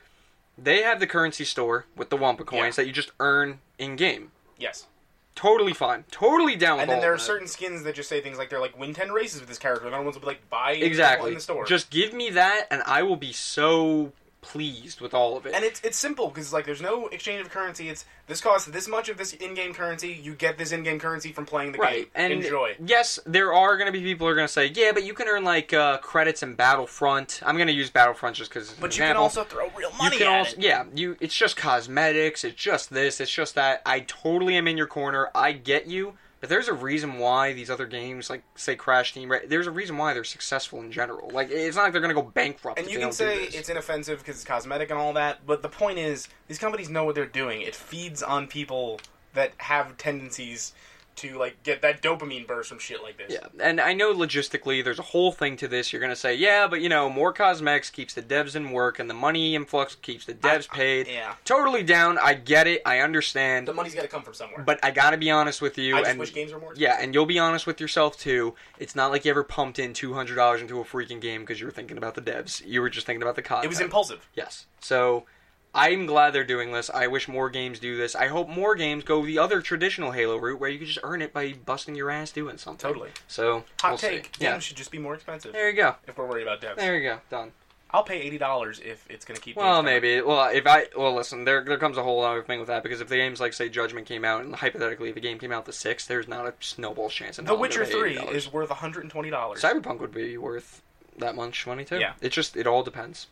Speaker 2: They have the currency store with the Wampa coins that you just earn in game.
Speaker 1: Yes.
Speaker 2: Totally fine. Totally down with
Speaker 1: And then
Speaker 2: all
Speaker 1: there are
Speaker 2: of that.
Speaker 1: certain skins that just say things like they're like win ten races with this character. And other ones will be like buy it
Speaker 2: exactly.
Speaker 1: in the store.
Speaker 2: Just give me that, and I will be so pleased with all of it.
Speaker 1: and it's it's simple because like there's no exchange of currency. It's this costs this much of this in-game currency. You get this in-game currency from playing the game.
Speaker 2: And
Speaker 1: Enjoy.
Speaker 2: Yes, there are going to be people who are going to say, "Yeah, but you can earn like uh, credits in Battlefront." I'm going to use Battlefront just because.
Speaker 1: But you can also throw real money at it.
Speaker 2: yeah, you. It's just cosmetics. It's just this. It's just that. I totally am in your corner. I get you. But there's a reason why these other games, like say Crash Team, right? There's a reason why they're successful in general. Like it's not like they're going to go bankrupt.
Speaker 1: And
Speaker 2: if
Speaker 1: you
Speaker 2: they
Speaker 1: can
Speaker 2: don't do
Speaker 1: say
Speaker 2: this.
Speaker 1: it's inoffensive because it's cosmetic and all that, but the point is, these companies know what they're doing. It feeds on people that have tendencies to like get that dopamine burst from shit like this.
Speaker 2: Yeah, and I know logistically there's a whole thing to this. You're going to say, yeah, but you know, more cosmetics keeps the devs in work and the money influx keeps the devs paid.
Speaker 1: yeah.
Speaker 2: Totally down. I get it. I understand.
Speaker 1: The money's got to come from somewhere.
Speaker 2: But I got to be honest with you.
Speaker 1: I just
Speaker 2: and
Speaker 1: wish games were more.
Speaker 2: Yeah, and you'll be honest with yourself too. It's not like you ever pumped in $200 into a freaking game because you were thinking about the devs. You were just thinking about the content.
Speaker 1: It was impulsive.
Speaker 2: Yes. So I'm glad they're doing this. I wish more games do this. I hope more games go the other traditional Halo route where you can just earn it by busting your ass doing something.
Speaker 1: Totally.
Speaker 2: So
Speaker 1: Hot
Speaker 2: we'll see.
Speaker 1: take.
Speaker 2: Yeah.
Speaker 1: Games should just be more expensive
Speaker 2: There you go.
Speaker 1: if we're worried about devs.
Speaker 2: There you go. Done.
Speaker 1: I'll pay eighty dollars if it's going to keep.
Speaker 2: Well,
Speaker 1: games coming.
Speaker 2: maybe. Well, if I well listen, there there comes a whole other thing with that because if the game's like say Judgment came out and hypothetically the game came out the sixth, there's not a snowball chance. In
Speaker 1: The
Speaker 2: hell I'm
Speaker 1: Witcher
Speaker 2: gonna pay
Speaker 1: Three
Speaker 2: $80.
Speaker 1: is worth one hundred and twenty dollars.
Speaker 2: Cyberpunk would be worth that much money too.
Speaker 1: Yeah.
Speaker 2: It just it all depends.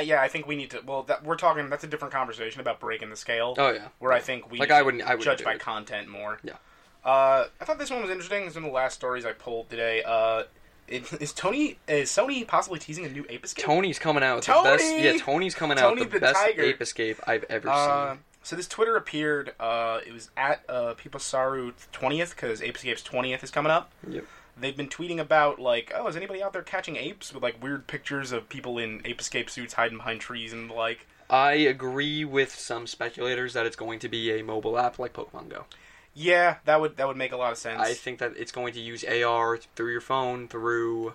Speaker 1: yeah, I think we need to. Well, that, we're talking. That's a different conversation about breaking the scale.
Speaker 2: Oh yeah.
Speaker 1: where I think we
Speaker 2: Like, I wouldn't- I wouldn't
Speaker 1: judge
Speaker 2: do
Speaker 1: by
Speaker 2: it.
Speaker 1: content more.
Speaker 2: Yeah.
Speaker 1: Uh, I thought this one was interesting. It's one of the last stories I pulled today. Uh, it, is Tony is Sony possibly teasing a new Ape Escape?
Speaker 2: Tony's coming out with
Speaker 1: Tony!
Speaker 2: the best. Yeah, Tony's coming out
Speaker 1: Tony
Speaker 2: with the,
Speaker 1: the
Speaker 2: best
Speaker 1: Tiger.
Speaker 2: ape escape I've ever
Speaker 1: Uh,
Speaker 2: seen.
Speaker 1: so this Twitter appeared. Uh, it was at uh, Piposaru twentieth because Ape Escape's twentieth is coming up.
Speaker 2: Yep.
Speaker 1: They've been tweeting about like, oh, is anybody out there catching apes with like weird pictures of people in Ape Escape suits hiding behind trees and the like.
Speaker 2: I agree with some speculators that it's going to be a mobile app like Pokemon Go.
Speaker 1: Yeah, that would that would make a lot of sense.
Speaker 2: I think that it's going to use AR through your phone, through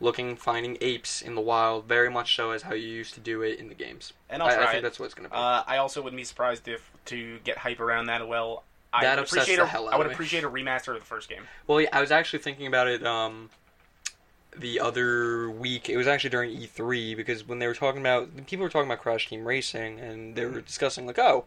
Speaker 2: looking, finding apes in the wild, very much so as how you used to do it in the games.
Speaker 1: and I'll
Speaker 2: I,
Speaker 1: try
Speaker 2: I think
Speaker 1: it.
Speaker 2: that's what it's going to be.
Speaker 1: Uh, I also wouldn't be surprised if to get hype around that. Well, I
Speaker 2: That
Speaker 1: would
Speaker 2: upsets
Speaker 1: appreciate
Speaker 2: the
Speaker 1: a,
Speaker 2: hell out
Speaker 1: I would
Speaker 2: of me.
Speaker 1: appreciate a remaster of the first game.
Speaker 2: well, yeah, I was actually thinking about it um, the other week. It was actually during E3 because when they were talking about people were talking about Crash Team Racing and they
Speaker 1: Mm-hmm.
Speaker 2: were discussing like, oh,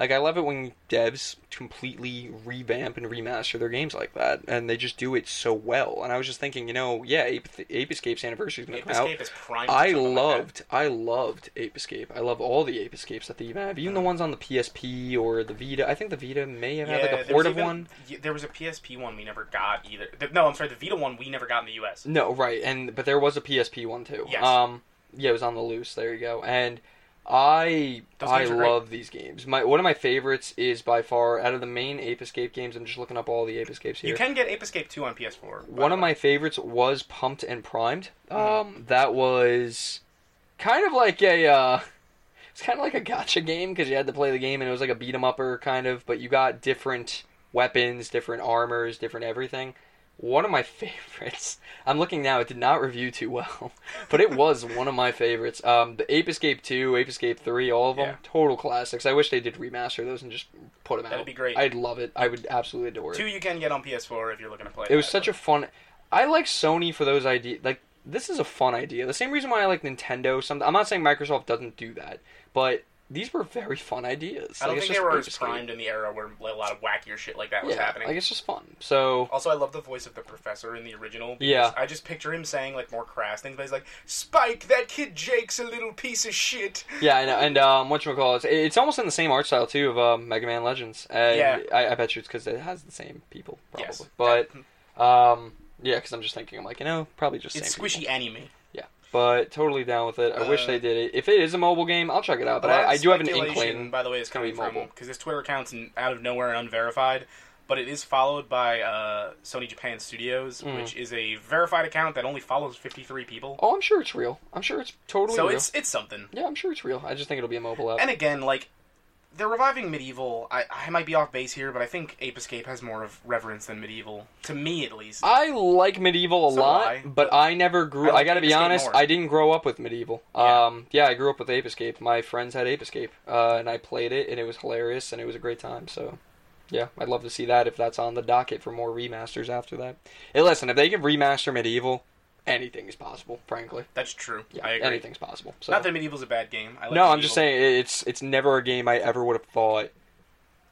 Speaker 2: like I love it when devs completely revamp and remaster their games like that, and they just do it so well. And I was just thinking, you know, yeah, Ape, Ape Escape's anniversary is going to
Speaker 1: Ape
Speaker 2: come out.
Speaker 1: Escape is prime. for
Speaker 2: I
Speaker 1: something like that.
Speaker 2: loved, I loved Ape Escape. I love all the Ape Escapes that they even have,
Speaker 1: Mm.
Speaker 2: even the ones on the PSP or the Vita. I think the Vita may have had
Speaker 1: Yeah,
Speaker 2: like a
Speaker 1: there was
Speaker 2: portive
Speaker 1: even-
Speaker 2: one.
Speaker 1: y- There was a PSP one we never got either. The- no, I'm sorry, the Vita one we never got in the U.S.
Speaker 2: No, right, and but there was a PSP one too.
Speaker 1: Yes.
Speaker 2: Um, yeah, it was on the loose. There you go. And I,
Speaker 1: Those
Speaker 2: I
Speaker 1: games are great.
Speaker 2: love these games. My one of my favorites is by far out of the main Ape Escape games. I'm just looking up all the Ape Escapes here.
Speaker 1: You can get Ape Escape 2 on PS4. by
Speaker 2: One
Speaker 1: the
Speaker 2: of
Speaker 1: way.
Speaker 2: my favorites was Pumped and Primed.
Speaker 1: Mm-hmm.
Speaker 2: Um, that was kind of like a uh, it's kind of like a gotcha game because you had to play the game and it was like a beat 'em upper kind of, but you got different weapons, different armors, different everything. One of my favorites. I'm looking now. It did not review too well, but it was one of my favorites. Um, the Ape Escape two, Ape Escape three, all of them,
Speaker 1: Yeah.
Speaker 2: total classics. I wish they did remaster those and just put them out.
Speaker 1: That'd be great.
Speaker 2: I'd love it. I would absolutely adore it.
Speaker 1: Two you can get on PS4 if you're looking to play.
Speaker 2: It was such a fun. I like Sony for those ideas. Like this is a fun idea. The same reason why I like Nintendo. Something I'm not saying Microsoft doesn't do that, but these were very fun ideas.
Speaker 1: I don't
Speaker 2: Like, it's
Speaker 1: think they
Speaker 2: just
Speaker 1: were
Speaker 2: fun
Speaker 1: as
Speaker 2: to skate.
Speaker 1: primed in the era where a lot of wackier shit like that
Speaker 2: Yeah,
Speaker 1: was happening.
Speaker 2: like it's just fun. So
Speaker 1: Also, I love the voice of the professor in the original. because
Speaker 2: Yeah.
Speaker 1: I just picture him saying like more crass things, but he's like, "Spike, that kid Jake's a little piece of shit."
Speaker 2: yeah, I know. And um, what you call it? It's almost in the same art style too of um, Mega Man Legends. And
Speaker 1: Yeah.
Speaker 2: I, I bet you it's because it has the same people probably.
Speaker 1: Yes,
Speaker 2: But um, yeah, because I'm just thinking, I'm like, you know, probably just
Speaker 1: it's
Speaker 2: same people.
Speaker 1: squishy anime.
Speaker 2: But totally down with it. I wish
Speaker 1: Uh,
Speaker 2: they did it. If it is a mobile game, I'll check it out. But
Speaker 1: A lot of
Speaker 2: I, I do have an
Speaker 1: speculation,
Speaker 2: inkling.
Speaker 1: By the way, is
Speaker 2: gonna be
Speaker 1: coming from
Speaker 2: mobile.
Speaker 1: because this Twitter account's n- out of nowhere and unverified, but it is followed by uh, Sony Japan Studios,
Speaker 2: Mm.
Speaker 1: which is a verified account that only follows fifty three people.
Speaker 2: Oh, I'm sure it's real. I'm sure it's totally
Speaker 1: so
Speaker 2: real.
Speaker 1: it's it's something.
Speaker 2: Yeah, I'm sure it's real. I just think it'll be a mobile app.
Speaker 1: And again, like they're reviving medieval. I I might be off base here, but I think Ape Escape has more of reverence than medieval to me at least.
Speaker 2: I like medieval a
Speaker 1: So do
Speaker 2: lot,
Speaker 1: I,
Speaker 2: but I never grew.
Speaker 1: I
Speaker 2: I,
Speaker 1: like
Speaker 2: gotta
Speaker 1: Ape
Speaker 2: be
Speaker 1: Escape
Speaker 2: honest,
Speaker 1: more.
Speaker 2: I didn't grow up with medieval.
Speaker 1: Yeah.
Speaker 2: Um, yeah, I grew up with Ape Escape. My friends had Ape Escape, uh, and I played it, and it was hilarious, and it was a great time. So, yeah, I'd love to see that if that's on the docket for more remasters after that. Hey, listen, if they can remaster medieval, anything is possible. Frankly,
Speaker 1: That's true.
Speaker 2: yeah,
Speaker 1: I agree.
Speaker 2: anything's possible. So.
Speaker 1: Not that medieval's a bad game. I like
Speaker 2: no, I'm just
Speaker 1: Medieval.
Speaker 2: saying it- it's it's never a game I ever would have thought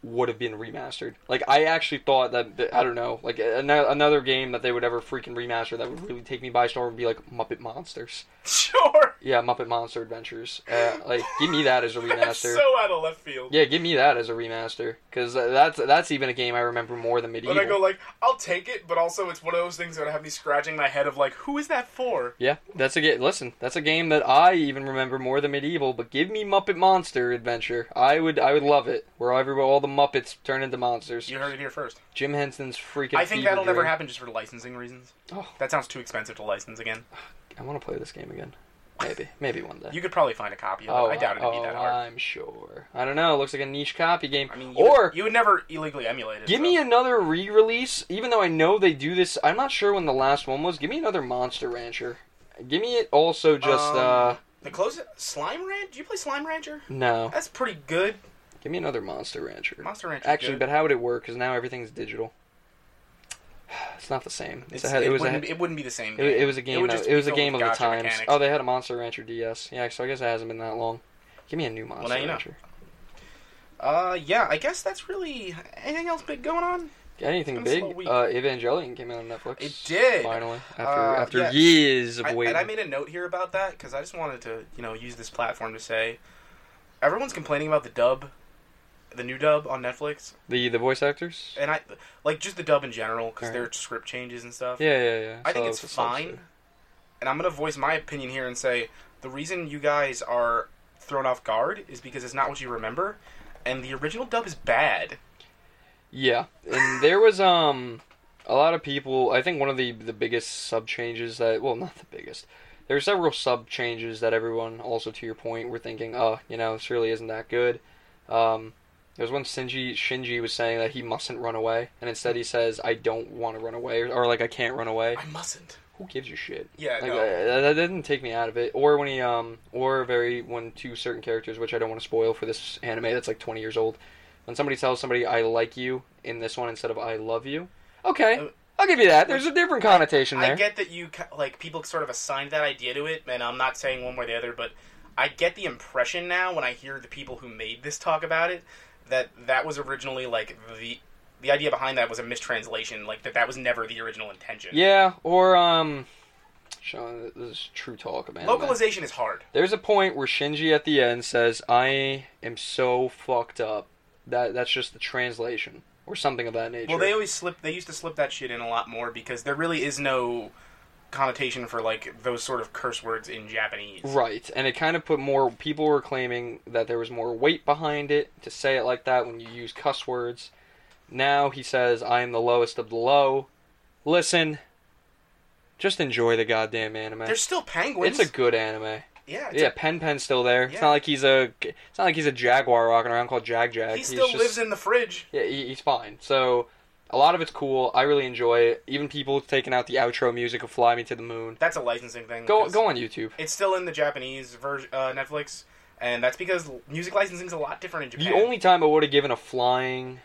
Speaker 2: would have been remastered. Like I actually thought that, that- I don't know, like an- another game that they would ever freaking remaster that would really take me by storm would be like Muppet Monsters.
Speaker 1: Sure.
Speaker 2: Yeah, Muppet Monster Adventures. Uh, like give me that as a
Speaker 1: That's
Speaker 2: remaster.
Speaker 1: so out of left field.
Speaker 2: yeah, give me that as a remaster because that's that's even a game I remember more than
Speaker 1: But
Speaker 2: medieval.
Speaker 1: I go like, I'll take it, but also it's one of those things that have me scratching my head of like, who is that for?
Speaker 2: Yeah, that's a game. Listen, that's a game that I even remember more than medieval. But give me Muppet Monster Adventure. I would, I would love it. Where every all the Muppets turn into monsters.
Speaker 1: You heard it here first.
Speaker 2: Jim Henson's freaking.
Speaker 1: I think
Speaker 2: fever
Speaker 1: that'll never
Speaker 2: dream.
Speaker 1: happen just for licensing reasons.
Speaker 2: Oh.
Speaker 1: That sounds too expensive to license again.
Speaker 2: I want to play this game again. Maybe, maybe one day.
Speaker 1: You could probably find a copy of it.
Speaker 2: oh,
Speaker 1: I doubt it'd
Speaker 2: oh,
Speaker 1: be that hard.
Speaker 2: I'm sure. I don't know. It looks like a niche copy game.
Speaker 1: I mean, you
Speaker 2: or
Speaker 1: would, you would never illegally emulate it.
Speaker 2: give
Speaker 1: so.
Speaker 2: me another re-release. Even though I know they do this, I'm not sure when the last one was. Give me another Monster Rancher. Give me it. Also, just
Speaker 1: Um,
Speaker 2: uh,
Speaker 1: the closest Slime Ranch. Do you play Slime Rancher?
Speaker 2: no.
Speaker 1: That's pretty good.
Speaker 2: Give me another Monster Rancher.
Speaker 1: Monster Rancher.
Speaker 2: Actually,
Speaker 1: good.
Speaker 2: but how would it work? Because now everything's digital. It's not the same.
Speaker 1: It's-
Speaker 2: It's a, head-
Speaker 1: it,
Speaker 2: it was a,
Speaker 1: wouldn't,
Speaker 2: head-
Speaker 1: it wouldn't be the same.
Speaker 2: It,
Speaker 1: Game.
Speaker 2: it was a game.
Speaker 1: would
Speaker 2: of-
Speaker 1: just
Speaker 2: It,
Speaker 1: be
Speaker 2: was a
Speaker 1: filled
Speaker 2: game of
Speaker 1: with
Speaker 2: the
Speaker 1: gotcha
Speaker 2: times.
Speaker 1: mechanics.
Speaker 2: Oh, they had a Monster Rancher DS. Yeah, so I guess it hasn't been that long. Give me a new Monster
Speaker 1: you know.
Speaker 2: Rancher.
Speaker 1: Uh, yeah. I guess that's really anything else big going on.
Speaker 2: Anything
Speaker 1: It's been a
Speaker 2: big?
Speaker 1: slow week.
Speaker 2: Uh, Evangelion came out on Netflix.
Speaker 1: It did.
Speaker 2: finally after
Speaker 1: Uh,
Speaker 2: after
Speaker 1: yeah.
Speaker 2: years of
Speaker 1: I,
Speaker 2: waiting.
Speaker 1: and I made a note here about that because I just wanted to, you know, use this platform to say everyone's complaining about the dub, the new dub on Netflix,
Speaker 2: the the voice actors.
Speaker 1: and I like just the dub in general because
Speaker 2: Alright.
Speaker 1: there are script changes and stuff.
Speaker 2: Yeah, yeah, yeah.
Speaker 1: I think
Speaker 2: So
Speaker 1: it's
Speaker 2: a
Speaker 1: fine,
Speaker 2: subset.
Speaker 1: and I'm gonna voice my opinion here and say the reason you guys are thrown off guard is because it's not what you remember, and the original dub is bad.
Speaker 2: Yeah, and there was um a lot of people. I think one of the the biggest sub changes that well, not the biggest. There were several sub changes that everyone, also to your point, were thinking, oh, you know, this really isn't that good. Um, There's one Shinji Shinji was saying that he mustn't run away, and instead he says, "I don't want to run away," or, or, like, "I can't run away."
Speaker 1: I mustn't.
Speaker 2: Who gives a shit?
Speaker 1: Yeah,
Speaker 2: Like,
Speaker 1: no.
Speaker 2: uh, that, that didn't take me out of it. Or when he, um, or very when two certain characters, which I don't want to spoil for this anime that's like 20 years old, when somebody tells somebody "I like you" in this one instead of "I love you," okay,
Speaker 1: Uh,
Speaker 2: I'll give you that. There's a different connotation there.
Speaker 1: I get that you ca- like people sort of assigned that idea to it, and I'm not saying one way or the other, but I get the impression now when I hear the people who made this talk about it that that was originally like the the idea behind that was a mistranslation, like that that was never the original intention.
Speaker 2: Yeah, or um, Sean, this is true talk, man.
Speaker 1: Localization is hard.
Speaker 2: There's a point where Shinji at the end says, "I am so fucked up." That that's just the translation or something of that nature.
Speaker 1: Well, they always slip. They used to slip that shit in a lot more because there really is no connotation for like those sort of curse words in Japanese.
Speaker 2: right, and it kind of put more people were claiming that there was more weight behind it to say it like that when you use cuss words. Now he says, "I am the lowest of the low." Listen, just enjoy the goddamn anime.
Speaker 1: There's still penguins.
Speaker 2: it's a good anime.
Speaker 1: yeah. It's
Speaker 2: Yeah, Pen Pen's still there. It's
Speaker 1: Yeah.
Speaker 2: not like he's a it's not like he's a jaguar walking around called Jag Jag.
Speaker 1: a, he
Speaker 2: He's
Speaker 1: still
Speaker 2: just-
Speaker 1: lives in the fridge.
Speaker 2: Yeah, he, he's fine. So a lot of it's cool. I really enjoy it. Even people taking out the outro music of Fly Me to the Moon.
Speaker 1: That's a licensing thing.
Speaker 2: Go
Speaker 1: 'cause
Speaker 2: go on YouTube.
Speaker 1: It's still in the Japanese version, uh, Netflix, and that's because music licensing is a lot different in Japan.
Speaker 2: The only time I would have given a flying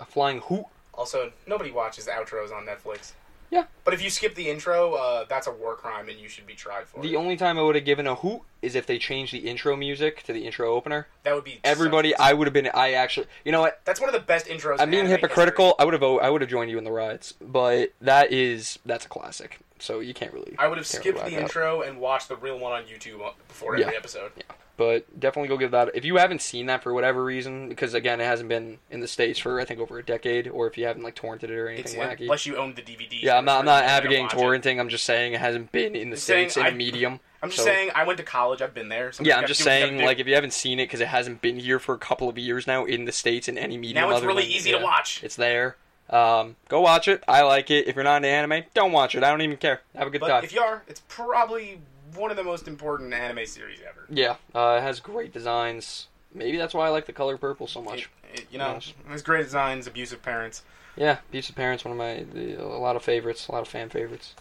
Speaker 2: a flying hoot.
Speaker 1: also, nobody watches outros on Netflix.
Speaker 2: Yeah.
Speaker 1: But if you skip the intro, uh, that's a war crime, and you should be tried for
Speaker 2: The
Speaker 1: it.
Speaker 2: only time I would have given a hoot is if they changed the intro music to the intro opener.
Speaker 1: That would be
Speaker 2: Everybody,
Speaker 1: such-
Speaker 2: I would have been. I actually, you know what?
Speaker 1: that's one of the best intros.
Speaker 2: I'm
Speaker 1: in
Speaker 2: being
Speaker 1: anime
Speaker 2: hypocritical. I would have. I would have joined you in the riots, but that is that's a classic. So you can't really.
Speaker 1: history. I would have
Speaker 2: Can't
Speaker 1: skipped
Speaker 2: really
Speaker 1: the
Speaker 2: laugh out.
Speaker 1: intro and watched the real one on YouTube before
Speaker 2: Yeah.
Speaker 1: every episode.
Speaker 2: but definitely go give that if you haven't seen that for whatever reason because again it hasn't been in the states for i think over a decade or if you haven't like torrented it or anything
Speaker 1: It's,
Speaker 2: wacky
Speaker 1: unless you own the DVD.
Speaker 2: yeah i'm not i'm not advocating
Speaker 1: torrent.
Speaker 2: torrenting i'm just saying it hasn't been in the
Speaker 1: Just saying
Speaker 2: states in a
Speaker 1: I-
Speaker 2: medium
Speaker 1: I'm just
Speaker 2: so-
Speaker 1: saying, I went to college. I've been there. so
Speaker 2: yeah
Speaker 1: you
Speaker 2: i'm
Speaker 1: gotta
Speaker 2: just
Speaker 1: do what you gotta
Speaker 2: saying
Speaker 1: do.
Speaker 2: like if you haven't seen it because it hasn't been here for a couple of years now in the states in any medium
Speaker 1: now it's
Speaker 2: other
Speaker 1: really
Speaker 2: than-
Speaker 1: easy
Speaker 2: yeah.
Speaker 1: to watch.
Speaker 2: it's there um, go watch it i like it if you're not into anime don't watch it i don't even care have a good
Speaker 1: But
Speaker 2: time
Speaker 1: if you are, it's probably one of the most important anime series ever.
Speaker 2: yeah uh, it has great designs maybe that's why i like the color purple so much
Speaker 1: It- it- you know,
Speaker 2: Yes.
Speaker 1: it's great designs, abusive parents.
Speaker 2: Yeah, Beef's of Parents, one of my the, a lot of favorites, a lot of fan favorites.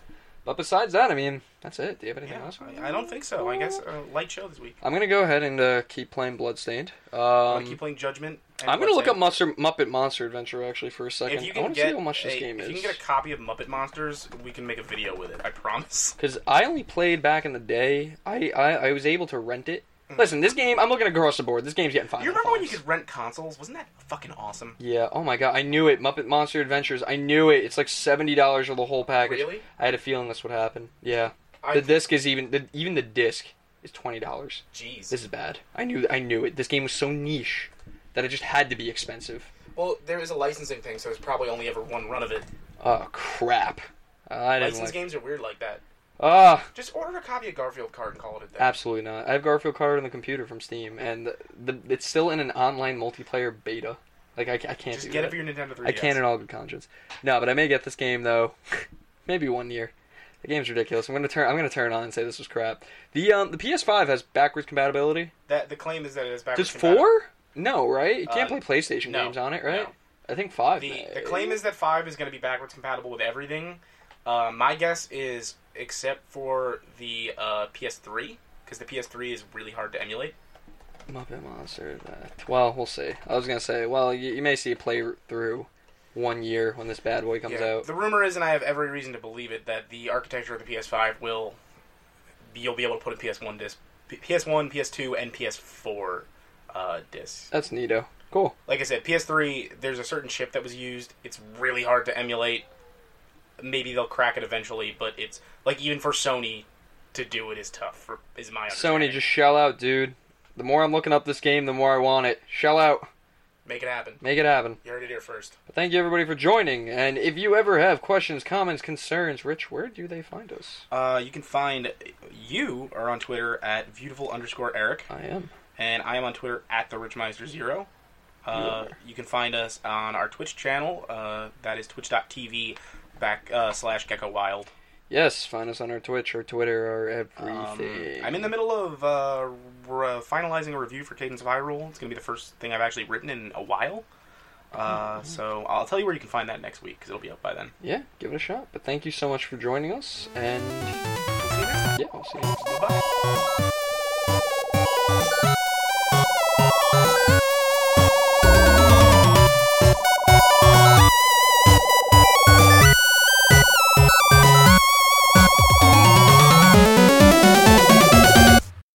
Speaker 2: But besides that, I mean, that's it. Do you have anything
Speaker 1: Yeah,
Speaker 2: else?
Speaker 1: I, I don't think so. I guess uh, light show this week.
Speaker 2: I'm gonna go ahead and uh, keep playing Bloodstained.
Speaker 1: I'm
Speaker 2: Um,
Speaker 1: gonna keep playing Judgment. and
Speaker 2: I'm gonna look up
Speaker 1: Bloodstained.
Speaker 2: Monster, Muppet Monster Adventure actually for a second.
Speaker 1: If you
Speaker 2: I
Speaker 1: can
Speaker 2: want to
Speaker 1: get
Speaker 2: see how much this
Speaker 1: a-
Speaker 2: game
Speaker 1: if you
Speaker 2: is
Speaker 1: can get a copy of Muppet Monsters, we can make a video with it. I promise.
Speaker 2: because I only played back in the day. I I, I was able to rent it. Listen, this game I'm looking across the board. This game's getting five.
Speaker 1: Hmm. You
Speaker 2: out of
Speaker 1: remember when you
Speaker 2: fives.
Speaker 1: could rent consoles? Wasn't that fucking awesome?
Speaker 2: Yeah. Oh my god, I knew it. Muppet Monster Adventures. I knew it. It's like seventy dollars for the whole package.
Speaker 1: Really?
Speaker 2: I had a feeling this would happen. Yeah.
Speaker 1: I,
Speaker 2: The disc is even the, even the disc is twenty dollars.
Speaker 1: jeez.
Speaker 2: This is bad. I knew I knew it. This game was so niche that it just had to be expensive.
Speaker 1: well, there is a licensing thing, so there's probably only ever one run of it.
Speaker 2: Oh crap! I didn't
Speaker 1: License
Speaker 2: like.
Speaker 1: games are weird like that.
Speaker 2: Ah,
Speaker 1: Just order a copy of Garfield card and call it a day.
Speaker 2: absolutely not. I have Garfield card on the computer from Steam, and the, it's still in an online multiplayer beta. Like I, ca- I can't
Speaker 1: Just
Speaker 2: do
Speaker 1: get
Speaker 2: that.
Speaker 1: it for your Nintendo 3DS.
Speaker 2: I can in all good conscience. No, but I may get this game though. Maybe one year. The game's ridiculous. I'm gonna turn. I'm gonna turn it on and say this was crap. The um the PS5 has backwards compatibility.
Speaker 1: That the claim is that it is backwards
Speaker 2: Does
Speaker 1: compatible.
Speaker 2: four? No, right? You can't
Speaker 1: Uh,
Speaker 2: play PlayStation
Speaker 1: no,
Speaker 2: games on it, right?
Speaker 1: no.
Speaker 2: I think five.
Speaker 1: The,
Speaker 2: may.
Speaker 1: the claim is that five is going to be backwards compatible with everything. Uh, my guess is, except for the uh, PS3, because the PS3 is really hard to emulate.
Speaker 2: Muppet Monster. That. Well, we'll see. I was gonna say, well, you, you may see a playthrough one year when this bad boy comes out.
Speaker 1: The rumor is, and I have every reason to believe it, that the architecture of the PS5 will be, you'll be able to put a PS1 disc, P- PS1, PS2, and PS4 uh, discs.
Speaker 2: That's neato. Cool.
Speaker 1: Like I said, PS3, there's a certain chip that was used. It's really hard to emulate. Maybe they'll crack it eventually, but it's like even for Sony to do it is tough. For, is my understanding.
Speaker 2: Sony, just shell out, dude. The more I'm looking up this game, the more I want it. Shell out.
Speaker 1: Make it happen.
Speaker 2: Make it happen.
Speaker 1: You heard it here first.
Speaker 2: But thank you everybody for joining. And if you ever have questions, comments, concerns, Rich, where do they find us?
Speaker 1: Uh, you can find you are on Twitter at beautiful underscore Eric,
Speaker 2: I am.
Speaker 1: and I am on Twitter at the Richmeister Zero. Uh, you can find us on our Twitch channel. Uh, that is twitch.tv back uh, slash Gecko Wild.
Speaker 2: Yes, find us on our Twitch or Twitter or
Speaker 1: Um,
Speaker 2: everything.
Speaker 1: I'm in the middle of uh, re- finalizing a review for Cadence Viral. It's going to be the first thing I've actually written in a while. Uh, so I'll tell you where you can find that next week because it'll be up by then.
Speaker 2: Yeah, give it a shot. But thank you so much for joining us, and
Speaker 1: We'll see you next time.
Speaker 2: yeah, we'll see you next time.
Speaker 1: Bye.